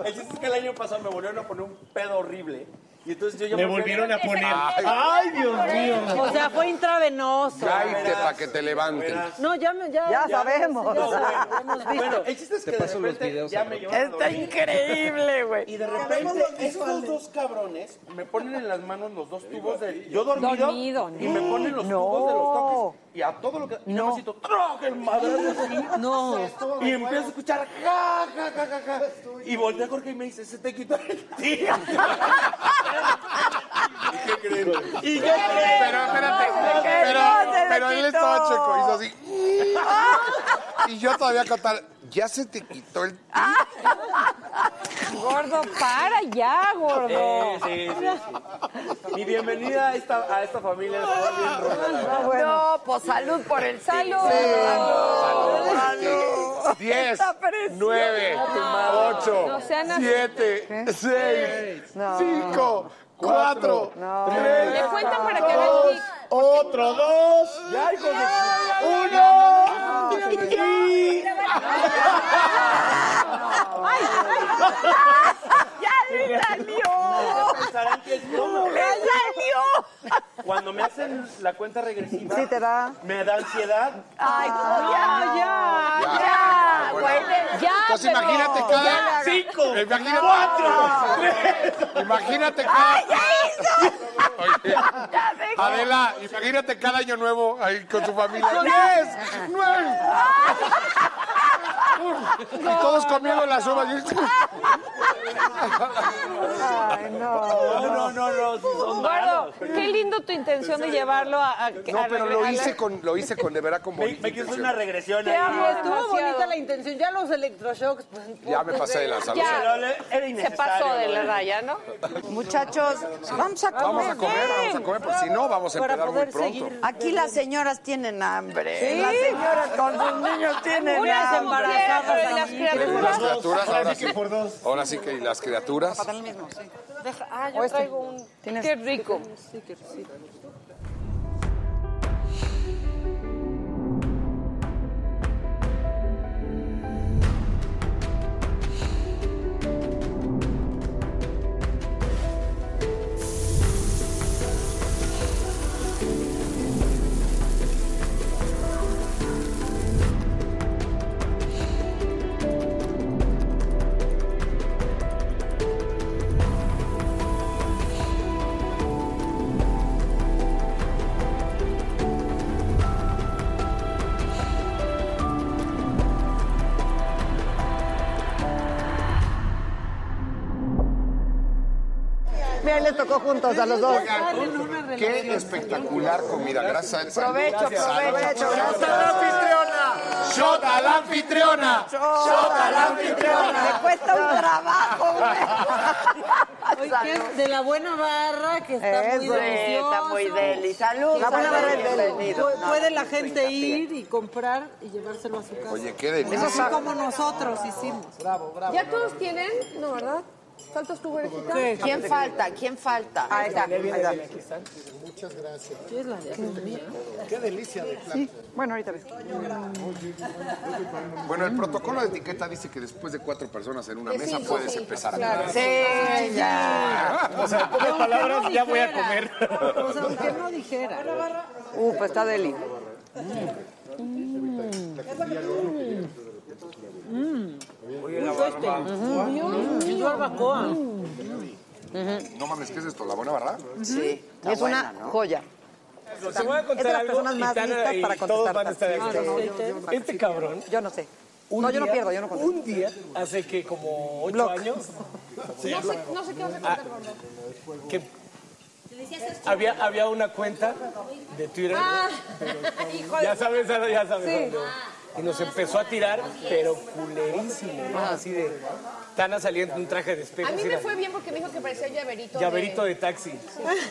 Speaker 9: El chiste es que el año pasado me volvieron a poner un pedo horrible. Y entonces yo ya
Speaker 17: Me
Speaker 9: fui-
Speaker 17: volvieron a poner. Ay, Dios mío.
Speaker 5: O sea, fue intravenoso.
Speaker 8: Cállate para que te levanten.
Speaker 5: No, ya, me- ya,
Speaker 22: Ya
Speaker 5: ya-
Speaker 22: sabemos.
Speaker 5: ya sabemos, ya hemos visto.
Speaker 9: Bueno, el chiste es que de repente ya me llevaron a
Speaker 22: Está
Speaker 9: dormir.
Speaker 22: increíble, güey.
Speaker 9: Y de repente estos dos cabrones me ponen en las manos los dos tubos de... Yo dormido,
Speaker 5: Dormido,
Speaker 9: y me ponen los tubos de los toques. Y a todo lo que... Y no. me siento, ¡traje el madrazo así!
Speaker 5: No.
Speaker 9: Y empiezo a escuchar, ¡ja, ja, ja, ja, ja! Y volteé a Jorge y me dice, se te quitó el tío.
Speaker 8: ¿Qué creen?
Speaker 9: ¿Y qué
Speaker 8: Pero
Speaker 9: creen?
Speaker 8: espérate,
Speaker 9: No, se
Speaker 8: pero,
Speaker 9: quitó, se le
Speaker 8: pero él
Speaker 9: quitó.
Speaker 8: estaba checo, hizo así. Y yo todavía cantar, ya se te quitó el
Speaker 5: Gordo, para ya, gordo.
Speaker 9: Sí, sí, sí, sí. Mi bienvenida a esta, a esta familia. Está bien ruda, la verdad.
Speaker 22: No, pues salud por el salud.
Speaker 8: Diez, nueve,
Speaker 11: No
Speaker 8: ocho,
Speaker 11: sean así.
Speaker 8: siete, seis, cinco, cuatro,
Speaker 11: Le
Speaker 8: tres,
Speaker 11: cuentan para que haga el
Speaker 8: dos,
Speaker 11: tic.
Speaker 8: otro dos,
Speaker 9: Ya, hijo de-
Speaker 8: uno y...
Speaker 22: ¡Ya le salió!
Speaker 9: Pensarán que es broma.
Speaker 22: ¡Le salió!
Speaker 9: Cuando me hacen la cuenta regresiva,
Speaker 16: Sí, te da.
Speaker 9: me da ansiedad.
Speaker 22: ¡Ay, no, ya!
Speaker 8: Ya, pues
Speaker 22: ¡Ya,
Speaker 8: bueno.
Speaker 22: güey! ¡Ya,
Speaker 8: Entonces
Speaker 22: pero-
Speaker 8: imagínate cada cinco, imagínate cuatro, imagínate cada
Speaker 22: ¡Ay, ya hizo!
Speaker 8: Oye,
Speaker 22: ¡Ya se
Speaker 8: Adela, imagínate cada año nuevo ahí con su familia. ¡Diez! ¡Nueve! Y todos comiendo las uvas.
Speaker 22: ¡Ay, no!
Speaker 9: No, no, no, no, si son
Speaker 11: Gordo,
Speaker 9: malos.
Speaker 11: qué lindo tu intención de llevarlo a... a-
Speaker 8: No,
Speaker 11: a
Speaker 8: pero
Speaker 11: regresar.
Speaker 8: lo hice con, lo hice con de verdad con
Speaker 9: Me,
Speaker 8: bonita
Speaker 9: me quiso
Speaker 8: intención.
Speaker 9: una regresión
Speaker 5: Te amo,
Speaker 9: ahí.
Speaker 5: estuvo
Speaker 11: demasiado.
Speaker 5: bonita la intención. Ya los electroshocks, pues.
Speaker 8: Ya me pasé de la salud.
Speaker 11: Ya.
Speaker 9: Pero le- Era
Speaker 11: Se
Speaker 9: innecesario.
Speaker 11: pasó de la
Speaker 9: ¿no?
Speaker 11: raya, ¿no?
Speaker 22: Muchachos, vamos a comer.
Speaker 8: Vamos a comer, vamos a comer, porque si no vamos a
Speaker 5: Para
Speaker 8: empezar muy
Speaker 5: poder
Speaker 8: pronto.
Speaker 5: seguir.
Speaker 22: Aquí las señoras tienen hambre.
Speaker 5: Sí.
Speaker 22: Las señoras con sus niños tienen
Speaker 5: Algunas
Speaker 22: hambre.
Speaker 5: embarazadas
Speaker 11: Pero de las criaturas...
Speaker 8: Las criaturas ahora
Speaker 17: Ahora sí
Speaker 8: sí.
Speaker 17: que por dos.
Speaker 8: Ahora sí que las criaturas.
Speaker 11: Deja- Ah, yo traigo un... Qué rico.
Speaker 16: Mira, les tocó juntos a los dos.
Speaker 8: Qué espectacular comida. Gracias. Provecho,
Speaker 16: provecho, gracias.
Speaker 8: ¡Shot a la anfitriona! ¡Shot a la anfitriona! ¡Shot a la anfitriona!
Speaker 22: Me cuesta un trabajo,
Speaker 5: Oye,
Speaker 22: güey.
Speaker 5: que
Speaker 22: Salud.
Speaker 5: es de la buena barra que está muy
Speaker 22: Eso,
Speaker 5: deliciosa.
Speaker 22: está muy deli. Salud.
Speaker 5: La buena barra es deli.
Speaker 22: Bienvenido.
Speaker 5: Pu- Puede la
Speaker 22: No,
Speaker 5: gente ir y comprar y llevárselo a su casa.
Speaker 8: Oye, qué delicia.
Speaker 5: Así como nosotros hicimos.
Speaker 11: ¿Ya todos tienen? No, ¿verdad?
Speaker 5: Faltas tú, Berenjita.
Speaker 4: ¿Quién falta? ¿Quién falta?
Speaker 5: Ahí está, ahí está.
Speaker 24: Muchas gracias.
Speaker 25: Qué delicia de plato. Bueno, ahorita ves.
Speaker 8: Bueno, el protocolo de etiqueta dice que después de cuatro personas en una
Speaker 5: De
Speaker 8: mesa
Speaker 5: cinco,
Speaker 8: puedes
Speaker 5: sí,
Speaker 8: empezar a
Speaker 5: claro.
Speaker 8: comer.
Speaker 5: Sí, Sí, ya.
Speaker 9: O sea, pocas
Speaker 26: Aunque
Speaker 9: palabras,
Speaker 26: no
Speaker 9: ya voy a
Speaker 26: dijera.
Speaker 9: comer.
Speaker 26: O sea, aunque no dijera.
Speaker 6: Uh, pues está deli.
Speaker 5: Mm.
Speaker 9: Mm.
Speaker 5: Mm.
Speaker 9: Uy, la barba.
Speaker 26: Es barbacoa.
Speaker 8: No mames, ¿qué es esto? ¿La buena barra?
Speaker 6: Sí.
Speaker 8: Está
Speaker 6: es
Speaker 8: buena,
Speaker 6: una
Speaker 8: ¿no?
Speaker 6: joya.
Speaker 8: Te voy a contar
Speaker 6: es de las
Speaker 8: algo
Speaker 6: personas
Speaker 8: y
Speaker 6: más
Speaker 8: están
Speaker 6: listas
Speaker 8: ahí,
Speaker 6: para contestar.
Speaker 8: todos van a estar de
Speaker 6: tantas
Speaker 8: acuerdo.
Speaker 6: cosas.
Speaker 8: No, no, yo-
Speaker 6: Este cabrón. Yo no sé.
Speaker 8: Un
Speaker 6: no, yo no
Speaker 8: día-
Speaker 6: pierdo, yo no contesto.
Speaker 8: un día-
Speaker 9: Hace que como ocho años. sí, Ah,
Speaker 5: No sé, no sé qué vas a contar, Rondo.
Speaker 9: que
Speaker 5: Le decías esto.
Speaker 9: había, había una cuenta de Twitter.
Speaker 5: Ah, hijo de-
Speaker 9: Ya sabes, Ana, ya sabes.
Speaker 5: Sí.
Speaker 9: Ana. Y nos empezó a tirar, pero culerísimo, ¿no? Así Ah, de. Tana saliendo en un traje de espejo.
Speaker 5: A mí
Speaker 9: así
Speaker 5: me
Speaker 9: de-
Speaker 5: fue bien porque me dijo que parecía llaverito. de-
Speaker 9: Llaverito de taxi. ¿no?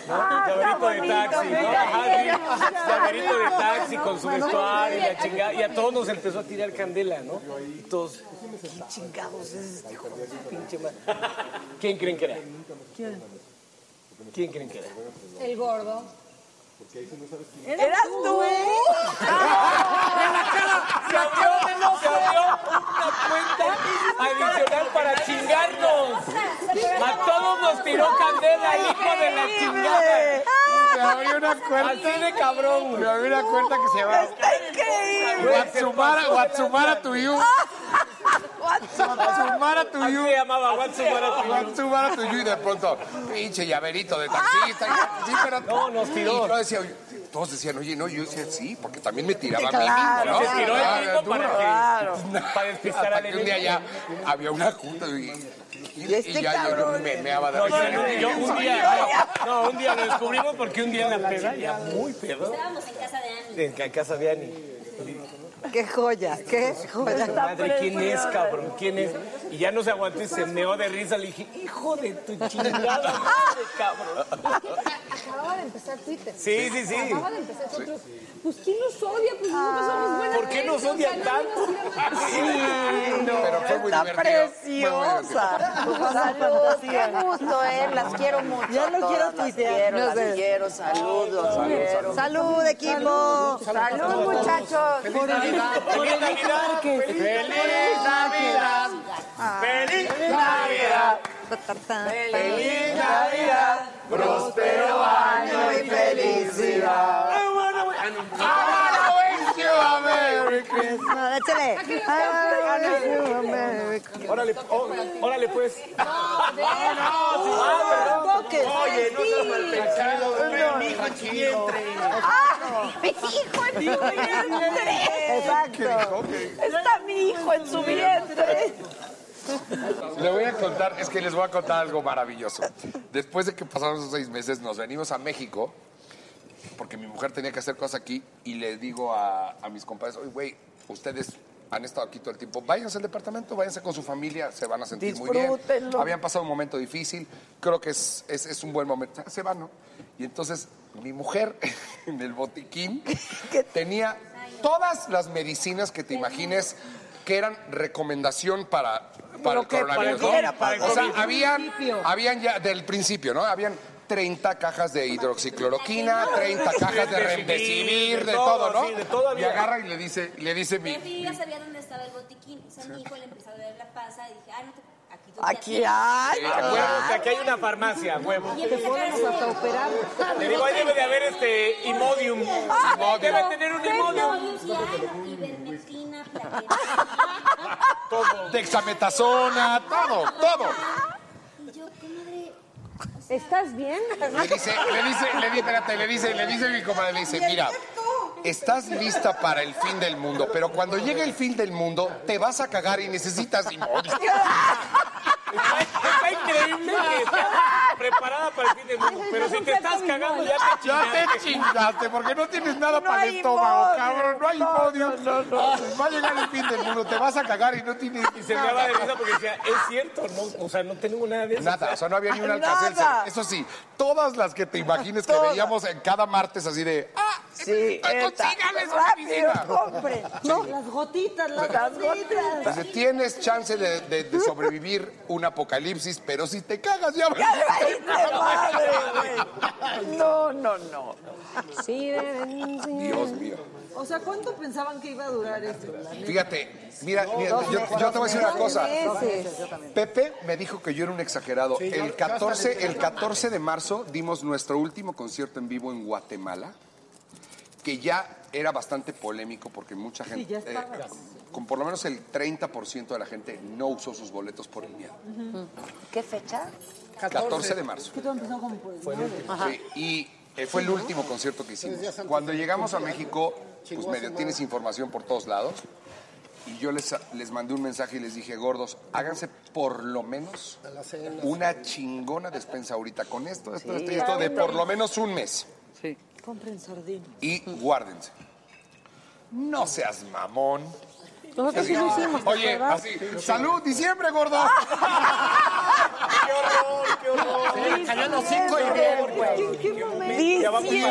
Speaker 5: Ah, está
Speaker 9: llaverito de
Speaker 5: bonito,
Speaker 9: taxi,
Speaker 5: me
Speaker 9: ¿no? Ajá,
Speaker 5: cae
Speaker 9: sí.
Speaker 5: bien.
Speaker 9: Llaverito de taxi con su
Speaker 5: Bueno,
Speaker 9: vestuario y
Speaker 5: muy bien,
Speaker 9: la chingada. Y a todos nos empezó a tirar candela, ¿no? Y todos, ¿qué chingados es este hijo de su pinche madre? ¿Quién creen que era?
Speaker 5: ¿Quién?
Speaker 9: ¿Quién creen que era?
Speaker 5: El gordo.
Speaker 6: ¿Eras tú?
Speaker 9: Se abrió, se abrió una cuenta adicional para chingarnos.
Speaker 5: ah,
Speaker 9: A todos nos tiró candela, hijo de la chingada.
Speaker 6: Se
Speaker 9: abrió una cuenta. Así de cabrón. Se abrió una cuenta que se llama
Speaker 24: Guatsumara, Guatsumara to you. Guatsumara to you.
Speaker 9: se llamaba Guatsumara
Speaker 24: to you. Guatsumara to you y de pronto, pinche llaverito de taxista. y- Sí, pero... No, nos
Speaker 8: tiró. Todos decían, oye, no, yo decía, sí, porque también me tiraba a mí
Speaker 9: Claro,
Speaker 8: mismo, ¿no?
Speaker 9: se tiró el
Speaker 8: Ah,
Speaker 9: gringo
Speaker 8: duro.
Speaker 9: para que- para despistar
Speaker 8: Hasta
Speaker 9: al
Speaker 8: que un día ya
Speaker 9: enemigo.
Speaker 8: había una junta y, y-
Speaker 9: Y este
Speaker 8: y ya yo
Speaker 9: cabrón.
Speaker 8: me meaba de
Speaker 9: No,
Speaker 8: risa.
Speaker 9: no, no, yo un día, no, un día lo descubrimos porque un día en la peda, ya muy pedo,
Speaker 3: Estábamos en casa de Ani.
Speaker 9: en ca- casa de Ani.
Speaker 6: Qué joya, qué joya.
Speaker 9: Madre, ¿quién es, cabrón? ¿Quién es? Y ya no se aguantó y se meó de risa. Le dije, hijo de tu chingada madre, cabrón.
Speaker 5: Acababa de empezar Twitter.
Speaker 9: Sí, sí, sí.
Speaker 5: Acababa de empezar otros. Pues ¿quién nos odia? Pues nosotros somos buenas.
Speaker 9: Ah. ¿Por qué nos
Speaker 5: odia
Speaker 9: odian tanto?
Speaker 8: Sí, pero fue muy
Speaker 6: Está
Speaker 8: divertido.
Speaker 6: preciosa.
Speaker 4: Salud, qué gusto, ¿eh? Las quiero mucho.
Speaker 6: Ya
Speaker 4: a
Speaker 6: lo
Speaker 4: todas,
Speaker 6: quiero
Speaker 4: las
Speaker 6: tuitear.
Speaker 4: quiero,
Speaker 6: No
Speaker 4: las
Speaker 6: sé.
Speaker 4: quiero, saludos,
Speaker 6: Salud,
Speaker 4: quiero.
Speaker 6: salud, equipo.
Speaker 4: Salud, salud, muchachos.
Speaker 6: Por el- por el Vic Márquez.
Speaker 9: ¡Feliz Navidad! ¡Feliz
Speaker 6: Navidad!
Speaker 9: ¡Feliz Navidad!
Speaker 24: Próspero año y felicidad. I wanna wish you a Merry Christmas.
Speaker 6: No, échale.
Speaker 9: Órale, oh, órale pues.
Speaker 24: Oye, no seas mal pensado,
Speaker 9: No,
Speaker 24: mi hijo en tu vientre.
Speaker 6: ¡Mi hijo en su vientre! Exacto. Está mi hijo en su vientre.
Speaker 8: Le voy a contar, es que les voy a contar algo maravilloso. Después de que pasaron esos seis meses, nos venimos a México, porque mi mujer tenía que hacer cosas aquí, y le digo a, a mis compadres, oye, güey, ustedes han estado aquí todo el tiempo, váyanse al departamento, váyanse con su familia, se van a sentir muy bien.
Speaker 24: Disfrútenlo.
Speaker 8: Habían pasado un momento difícil, creo que es, es- es un buen momento. Se van, ¿no? Y entonces mi mujer en el botiquín tenía todas las medicinas que te imagines que eran recomendación para, para
Speaker 24: Pero
Speaker 8: el
Speaker 24: que para
Speaker 8: coronavirus,
Speaker 24: el
Speaker 8: ¿no?
Speaker 24: COVID, era para el
Speaker 8: o sea,
Speaker 24: COVID.
Speaker 8: habían,
Speaker 24: Del principio.
Speaker 8: habían ya, del principio, ¿no? Habían 30 cajas de hidroxicloroquina, 30 cajas de remdesivir, de todo, ¿no?
Speaker 9: sí, de todo
Speaker 8: y
Speaker 9: había.
Speaker 8: agarra y le dice, le dice mi...
Speaker 3: Yo ya sabía dónde estaba el botiquín. O sea, mi hijo le empezó a ver la panza y dije, ah, no, te- aquí tú
Speaker 9: Aquí
Speaker 3: hay.
Speaker 9: aquí hay una farmacia, huevo.
Speaker 3: Y empecé a
Speaker 26: Podemos
Speaker 3: sacar-
Speaker 26: hasta operar.
Speaker 9: Le digo, ahí debe de haber este Imodium. Debe tener un Imodium.
Speaker 3: Y, ay, no, ivermectina, plaquetas.
Speaker 8: Dexametasona, todo, todo.
Speaker 3: Y yo, comadre,
Speaker 5: ¿Estás bien?
Speaker 8: Le dice, le dice, le dice, espérate, le dice, le dice mi comadre, le dice, mira, estás lista para el fin del mundo, pero cuando llegue el fin del mundo, te vas a cagar y necesitas Imodium.
Speaker 9: Está increíble que estás preparada para el fin del mundo. Pero si te estás cagando, ya te chingaste.
Speaker 24: Ya te chingaste, porque no tienes nada para el
Speaker 9: hay
Speaker 24: estómago,
Speaker 9: modio,
Speaker 24: cabrón. No hay modio. Va a llegar el fin del mundo, te vas a cagar y no tienes.
Speaker 9: Y se me daba de risa porque decía, es cierto, no, o sea, no tengo nada de eso.
Speaker 8: Nada, o sea, no había ni un
Speaker 9: Nada.
Speaker 8: alcance. Eso sí, todas las que te imagines que veíamos en cada martes así de, ah,
Speaker 4: Sí, esta.
Speaker 8: oficina.
Speaker 4: Rápido, compre.
Speaker 5: No, las gotitas, las,
Speaker 4: Las
Speaker 5: gotitas.
Speaker 8: Dice, Pues, tienes chance de, de- de sobrevivir un apocalipsis, pero si te cagas ya...
Speaker 9: Ya valiste madre,
Speaker 4: No, no, no.
Speaker 5: Sí,
Speaker 8: Dios mío.
Speaker 5: O sea, ¿cuánto pensaban que iba a durar esto? la neta?
Speaker 8: Fíjate, mira, mira,
Speaker 5: Dos
Speaker 8: yo,
Speaker 5: meses,
Speaker 8: yo te voy a decir una
Speaker 5: dos
Speaker 8: cosa.
Speaker 5: meses.
Speaker 8: Pepe me dijo que yo era un exagerado.
Speaker 9: Sí, yo- yo
Speaker 8: el,
Speaker 9: hasta
Speaker 8: 14,
Speaker 9: le-
Speaker 8: el 14 de marzo dimos nuestro último concierto en vivo en Guatemala, que ya era bastante polémico porque mucha gente,
Speaker 9: ya
Speaker 8: eh,
Speaker 9: estabas.
Speaker 8: con por lo menos el 30% de la gente no usó sus boletos por el miedo.
Speaker 4: ¿Qué fecha?
Speaker 8: 14 de marzo.
Speaker 5: Que todo empezó como por el nueve.
Speaker 8: Sí, y eh, fue el último concierto que hicimos. Cuando llegamos a México, pues medio tienes información por todos lados. Y yo les, les mandé un mensaje y les dije, gordos, háganse por lo menos una chingona despensa ahorita con esto, esto,
Speaker 5: Sí.
Speaker 8: esto y esto de por lo menos un mes.
Speaker 5: Compren sardinas.
Speaker 8: Y guárdense. No seas mamón.
Speaker 5: Nosotros sí lo hicimos, ¿te
Speaker 8: Oye,
Speaker 5: acuerdas?
Speaker 8: así. Salud, diciembre, gordo.
Speaker 9: Le cayó los cinco y
Speaker 5: ¿Qué, qué momento?
Speaker 9: Ya vamos para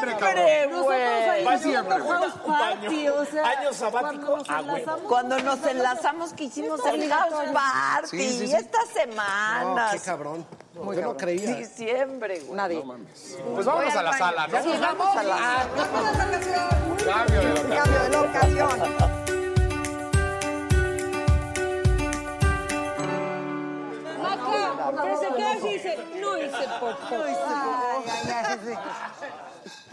Speaker 9: diciembre,
Speaker 5: Nosotros ahí
Speaker 9: güey.
Speaker 5: haciendo
Speaker 9: Diciembre, güey.
Speaker 5: house party, o sea,
Speaker 27: Año sabático a huevo.
Speaker 4: Cuando nos enlazamos que hicimos
Speaker 5: Esto
Speaker 4: el
Speaker 5: obligatorio.
Speaker 4: house party
Speaker 9: Sí, sí, sí.
Speaker 4: y estas
Speaker 9: No,
Speaker 4: semanas.
Speaker 9: qué cabrón.
Speaker 4: Muy
Speaker 9: Yo
Speaker 4: cabrón.
Speaker 9: no creía.
Speaker 4: Diciembre, güey. Nadie.
Speaker 8: Pues vámonos a la sala, ¿no?
Speaker 4: Nos vamos a la sala.
Speaker 8: Cambio de local.
Speaker 4: Cambio de locación.
Speaker 28: Maca, pero se queda así y dice, no hice popó. No hice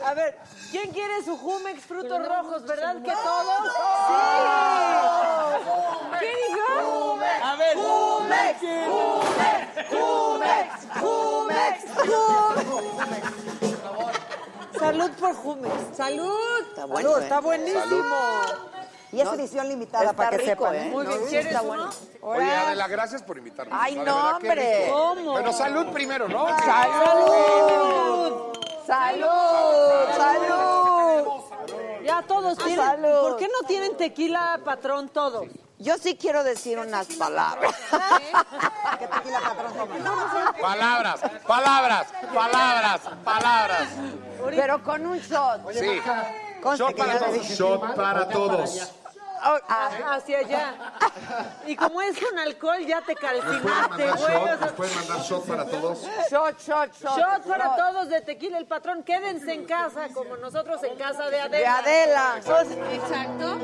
Speaker 5: A ver, ¿quién quiere su Jumex frutos rojos? ¿Verdad que todos? ¡Sí! ¿Qué dijo?
Speaker 9: A ver. Jumex, Jumex, Jumex, Jumex,
Speaker 5: Salud por Jumex.
Speaker 28: Salud.
Speaker 5: Está
Speaker 4: bueno, ¿eh?
Speaker 5: Está buenísimo.
Speaker 6: Y es edición limitada
Speaker 4: está
Speaker 6: para que
Speaker 4: rico,
Speaker 6: sepan.
Speaker 4: ¿eh?
Speaker 5: Muy
Speaker 4: No,
Speaker 5: bien,
Speaker 4: sí,
Speaker 5: ¿quieres
Speaker 4: está
Speaker 5: uno?
Speaker 4: bueno.
Speaker 8: Oye, Adela, gracias por invitarnos.
Speaker 4: Ay,
Speaker 8: La
Speaker 4: no,
Speaker 8: verdad que
Speaker 4: hombre.
Speaker 8: rico.
Speaker 4: ¿Cómo?
Speaker 8: Bueno, salud primero, ¿no?
Speaker 5: ¡Salud!
Speaker 4: ¡Salud!
Speaker 5: ¡Salud! Ah, Ya todos tienen. ¿Por qué no tienen tequila patrón todos?
Speaker 4: Yo sí quiero decir unas palabras.
Speaker 8: Palabras, palabras, palabras, palabras.
Speaker 4: Pero con un shot.
Speaker 8: Sí.
Speaker 4: Conste
Speaker 8: Shot
Speaker 4: que
Speaker 8: para
Speaker 4: yo no
Speaker 8: todos.
Speaker 4: dije
Speaker 8: Shot para todos.
Speaker 4: Ah,
Speaker 5: Ah, Hacia allá. Y como es con alcohol, ya Ah, te calcinaste, güey. o sea,
Speaker 8: pueden mandar shot para todos?
Speaker 4: Shot, shot, shot.
Speaker 5: Shot para todos de tequila, el patrón. Quédense en casa, como nosotros en casa de Adela.
Speaker 4: De Adela.
Speaker 5: Exacto.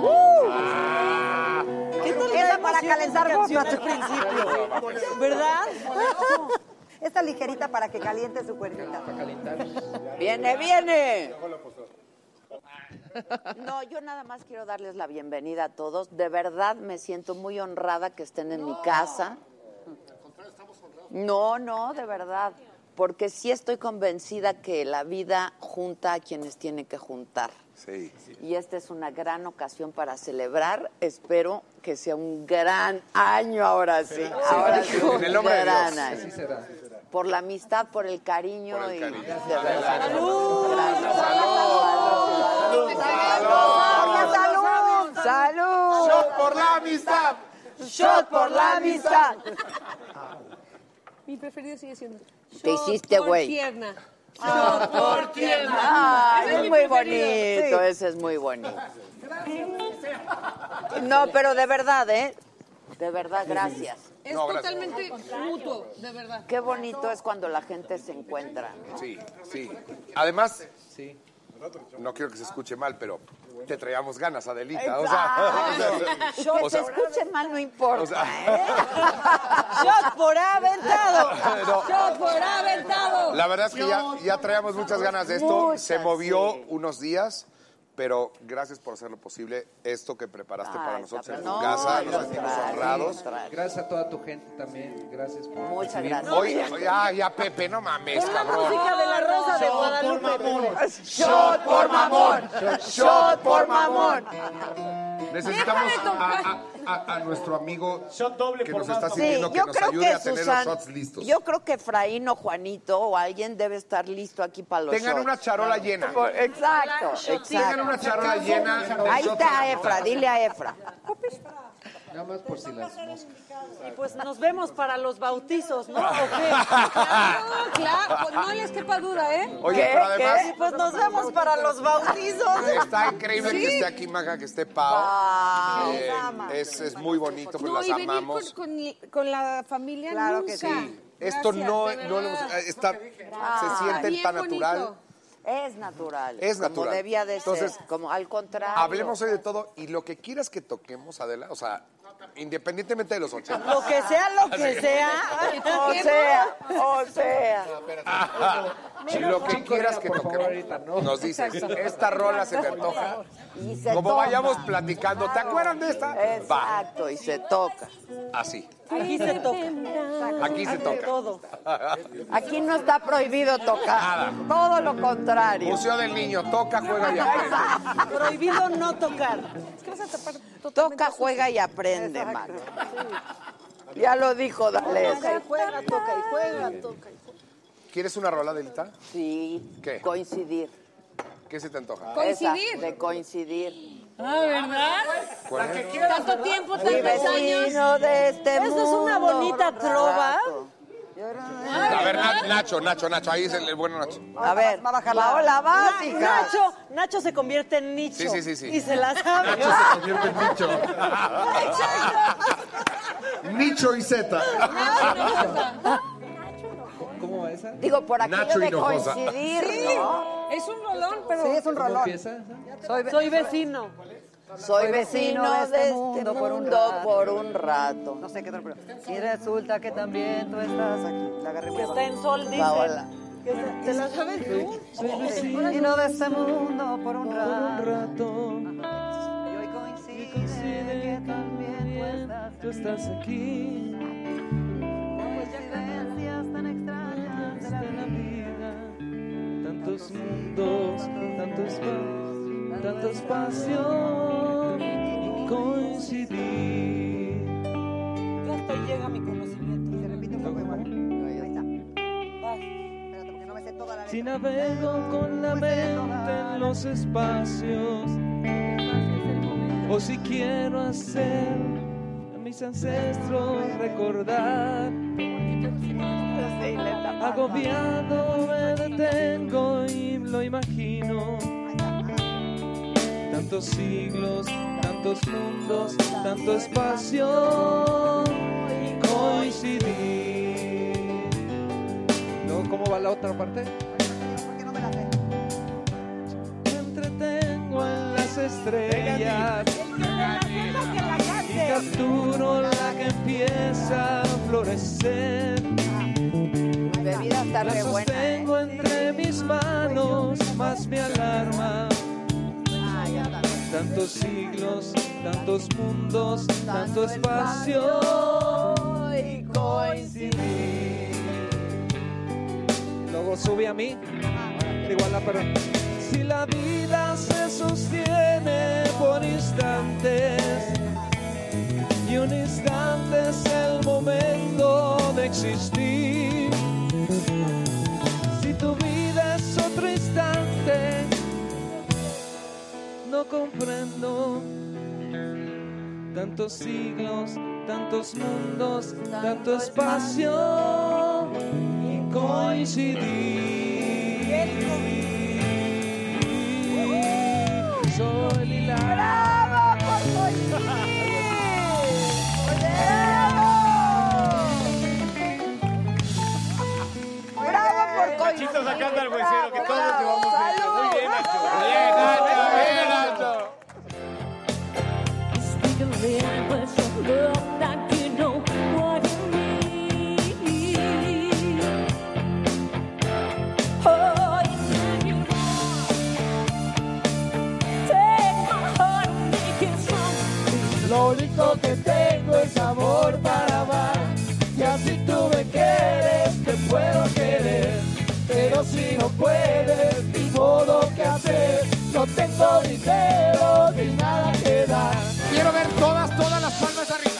Speaker 6: ¡Uh! ¿Qué tal
Speaker 5: Esa
Speaker 6: para calentar
Speaker 5: canción
Speaker 6: boca?
Speaker 5: al principio. ¿Verdad?
Speaker 6: Esta ligerita para que caliente su cuerpita. Para calentar.
Speaker 4: Viene, viene. No, yo nada más quiero darles la bienvenida a todos. De verdad me siento muy honrada que estén en mi casa. No, no, de verdad. Porque sí estoy convencida que la vida junta a quienes tiene que juntar.
Speaker 8: Sí.
Speaker 4: Y esta es una gran ocasión para celebrar. Espero que sea un gran año ahora sí. Ahora sí,
Speaker 8: En el nombre de
Speaker 4: gran
Speaker 8: Dios.
Speaker 4: año. Por la amistad, por el cariño y de verdad.
Speaker 9: ¡Salud!
Speaker 4: ¡Salud!
Speaker 9: ¡Shot por la amistad!
Speaker 4: ¡Shot por la amistad!
Speaker 28: Mi preferido sigue siendo.
Speaker 4: Te
Speaker 28: shot
Speaker 4: hiciste,
Speaker 28: por
Speaker 4: güey.
Speaker 28: Tierna.
Speaker 9: por
Speaker 4: Ah,
Speaker 9: tierna!
Speaker 4: es muy bonito, ese es muy bonito. No, pero de verdad, ¿eh? De verdad, gracias.
Speaker 28: Es
Speaker 4: No, gracias.
Speaker 28: totalmente mutuo, de verdad.
Speaker 4: Qué bonito es cuando la gente se encuentra.
Speaker 8: Sí, sí. Además, no quiero que se escuche mal, pero te traíamos ganas, Adelita. Ah, O sea,
Speaker 4: Exacto. que
Speaker 8: o sea,
Speaker 4: se escuche mal no importa. ¿eh?
Speaker 8: o sea,
Speaker 5: Shot por aventado.
Speaker 8: No.
Speaker 5: Shot por aventado.
Speaker 8: la verdad es que ya, ya traíamos muchas ganas de esto.
Speaker 5: Muchas,
Speaker 8: se movió
Speaker 5: sí.
Speaker 8: unos días. Pero gracias por hacer lo posible esto que preparaste
Speaker 4: Ay,
Speaker 8: para nosotros en
Speaker 4: no,
Speaker 8: tu casa.
Speaker 4: al
Speaker 8: Nos sentimos
Speaker 4: contrario,
Speaker 8: honrados.
Speaker 29: Gracias a toda tu gente también. Gracias por.
Speaker 4: Muchas
Speaker 29: recibirnos.
Speaker 4: gracias.
Speaker 8: Oye, ya, ya, Pepe, no mames,
Speaker 5: Con la
Speaker 8: cabrón.
Speaker 5: música de la Rosa de Guadalupe.
Speaker 9: ¡Shot por mamón! ¡Shot por mamón!
Speaker 8: Necesitamos
Speaker 9: Deja de tocar.
Speaker 8: a, a- a- a nuestro amigo que nos
Speaker 9: más,
Speaker 8: está
Speaker 9: Tomás.
Speaker 8: sirviendo,
Speaker 4: Sí,
Speaker 8: que
Speaker 4: yo
Speaker 8: nos
Speaker 4: creo
Speaker 8: ayude
Speaker 4: que
Speaker 8: a tener
Speaker 4: Susan-
Speaker 8: los shots listos.
Speaker 4: Yo creo que Efraín o Juanito o alguien debe estar listo aquí para los
Speaker 8: Tengan
Speaker 4: shots.
Speaker 8: una charola llena.
Speaker 4: Por- exacto, exacto.
Speaker 8: Tengan una charola llena.
Speaker 4: Ahí está Efra, dile a Efra.
Speaker 23: Nada más por si las moscas.
Speaker 5: Y pues nos vemos para los bautizos, ¿no?
Speaker 8: Ah.
Speaker 5: ¿O qué?
Speaker 11: Claro, claro, pues no les quepa duda, ¿eh?
Speaker 8: Oye, pero además-
Speaker 5: Y pues nos vemos para los bautizos.
Speaker 8: Está increíble que esté aquí Maga, que esté Pau.
Speaker 11: Pau.
Speaker 8: Eh,
Speaker 11: Las ama.
Speaker 8: es, es muy bonito, pues
Speaker 11: no,
Speaker 8: las
Speaker 11: y venir
Speaker 8: amamos.
Speaker 11: con, con li- con la familia
Speaker 8: Claro
Speaker 11: nunca.
Speaker 8: que sí. Esto no-
Speaker 11: de
Speaker 8: no lo
Speaker 11: verdad.
Speaker 8: hemos- eh, está-
Speaker 9: Ah,
Speaker 8: se sienten
Speaker 11: bien
Speaker 8: tan natural.
Speaker 4: Es natural.
Speaker 8: Es
Speaker 4: Como
Speaker 8: natural.
Speaker 4: debía de
Speaker 8: Entonces,
Speaker 4: ser. Como al contrario.
Speaker 8: Hablemos hoy de todo y lo que quieras que toquemos, Adela, o sea, independientemente de los 80.
Speaker 5: Lo que sea, lo que
Speaker 8: Así.
Speaker 5: sea.
Speaker 22: O sea, o sea.
Speaker 8: Lo que quieras que toquemos. Nos dices,
Speaker 22: Exacto.
Speaker 8: esta rola se me antoja.
Speaker 22: Y se
Speaker 8: Como
Speaker 22: toma.
Speaker 8: vayamos platicando, ¿te acuerdan de esta? Va.
Speaker 4: Exacto, y se toca.
Speaker 8: Así.
Speaker 5: Aquí se toca.
Speaker 8: Aquí se toca.
Speaker 5: Todo.
Speaker 4: Aquí no está prohibido tocar. Todo lo contrario.
Speaker 8: Museo del Niño, toca, juega y aprende.
Speaker 5: Prohibido no tocar.
Speaker 11: Es que vas a tapar
Speaker 4: Toca, juega y aprende, mano. Ya lo dijo Dale.
Speaker 5: Juega, juega, toca y juega, toca. y juega.
Speaker 8: ¿Quieres una rola, Delita?
Speaker 4: Sí.
Speaker 8: ¿Qué?
Speaker 4: Coincidir.
Speaker 8: ¿Qué se te antoja?
Speaker 11: Coincidir.
Speaker 4: Esa, de coincidir.
Speaker 11: Ah, ¿verdad?
Speaker 8: ¿Cuál es?
Speaker 11: Tanto tiempo,
Speaker 4: Mi
Speaker 11: tantos
Speaker 4: vecino
Speaker 11: años.
Speaker 4: de este
Speaker 11: Eso es una
Speaker 4: mundo.
Speaker 11: bonita trova.
Speaker 8: A ver, Na- Nacho, Nacho, Nacho, ahí es el, el bueno Nacho.
Speaker 4: A ver,
Speaker 5: Va a bajar
Speaker 4: la ola básica.
Speaker 5: Na- Ah, Nacho, Nacho se convierte en nicho.
Speaker 8: Sí, sí, sí, sí.
Speaker 5: Y se la sabe.
Speaker 8: Nacho se convierte en nicho.
Speaker 19: Nicho y Z.
Speaker 23: ¿Cómo va esa?
Speaker 22: Digo, por aquello
Speaker 23: Nacho
Speaker 22: de
Speaker 23: Hinojosa.
Speaker 22: coincidir,
Speaker 11: Sí.
Speaker 22: ¿no?
Speaker 11: Es un rolón, pero.
Speaker 22: Sí, es un
Speaker 23: ¿Cómo
Speaker 22: rolón.
Speaker 23: empieza?
Speaker 5: Soy, ve- soy vecino.
Speaker 4: Soy vecino de este mundo por un rato.
Speaker 22: No sé qué tal, pero. Si resulta que también tú estás aquí. La agarré
Speaker 5: Que está en sol, dice.
Speaker 22: Paola.
Speaker 5: Que está- ¿Te la sabes tú?
Speaker 22: Vecino de este mundo por un rato.
Speaker 30: Y hoy coincide, que también tú estás, aquí. Coincidencias tan extrañas de la vida.
Speaker 6: Tantos mundos, tantos más, tanto espacio. Coincidir.
Speaker 5: Yo hasta ahí llega mi conocimiento. Te repito un poco
Speaker 22: Ahí está.
Speaker 5: Espérate, porque no me sé toda la
Speaker 6: Si navego con la mente en los espacios, o si quiero hacer a mis ancestros recordar, agobiado me detengo y lo imagino. Tantos siglos, tantos mundos, tanto espacio y coincidir.
Speaker 23: No, ¿cómo va la otra parte?
Speaker 6: entretengo en las estrellas y capturo la que empieza a florecer.
Speaker 22: Bebida está
Speaker 6: La
Speaker 22: re buena.
Speaker 6: sostengo entre mis manos, más me alarma. Tantos siglos, tantos mundos, tanto espacio y coincidir. Luego sube a mí, digo a la perdón. Si la vida se sostiene por instantes y un instante es el momento de existir. Si tu vida es otro instante, no comprendo tantos siglos, tantos mundos, tanto espacio y coincidir. Soy Lila.
Speaker 22: ¡Bravo por coincidir!
Speaker 30: Nachito sacando al huesero, que todos
Speaker 22: bravo,
Speaker 30: llevamos esto. Muy bien, Nacho. Bien, Nacho, bien, Nacho.
Speaker 6: Lo único que tengo es amor para amar. Y así tú me quieres, te puedo querer. Pero si no puedes, ni modo que hacer. No tengo dinero ni nada que dar.
Speaker 30: Quiero ver todas, todas las palmas arriba.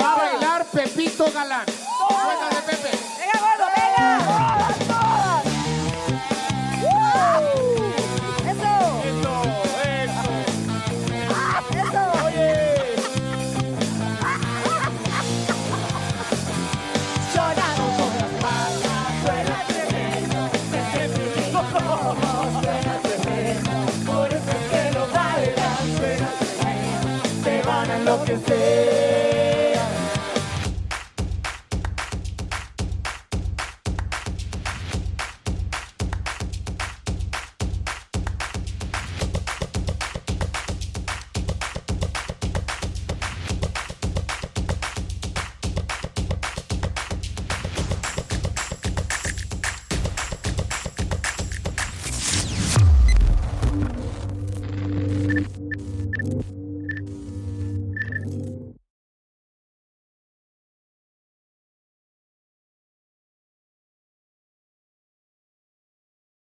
Speaker 30: Va a bailar Pepito Galán. Suena de Pepe. ¡Venga, gordo, venga! ¡Todas, todas! ¡Eso! ¡Eso, eso! ¡Eso! ¡Oye!
Speaker 6: que sé.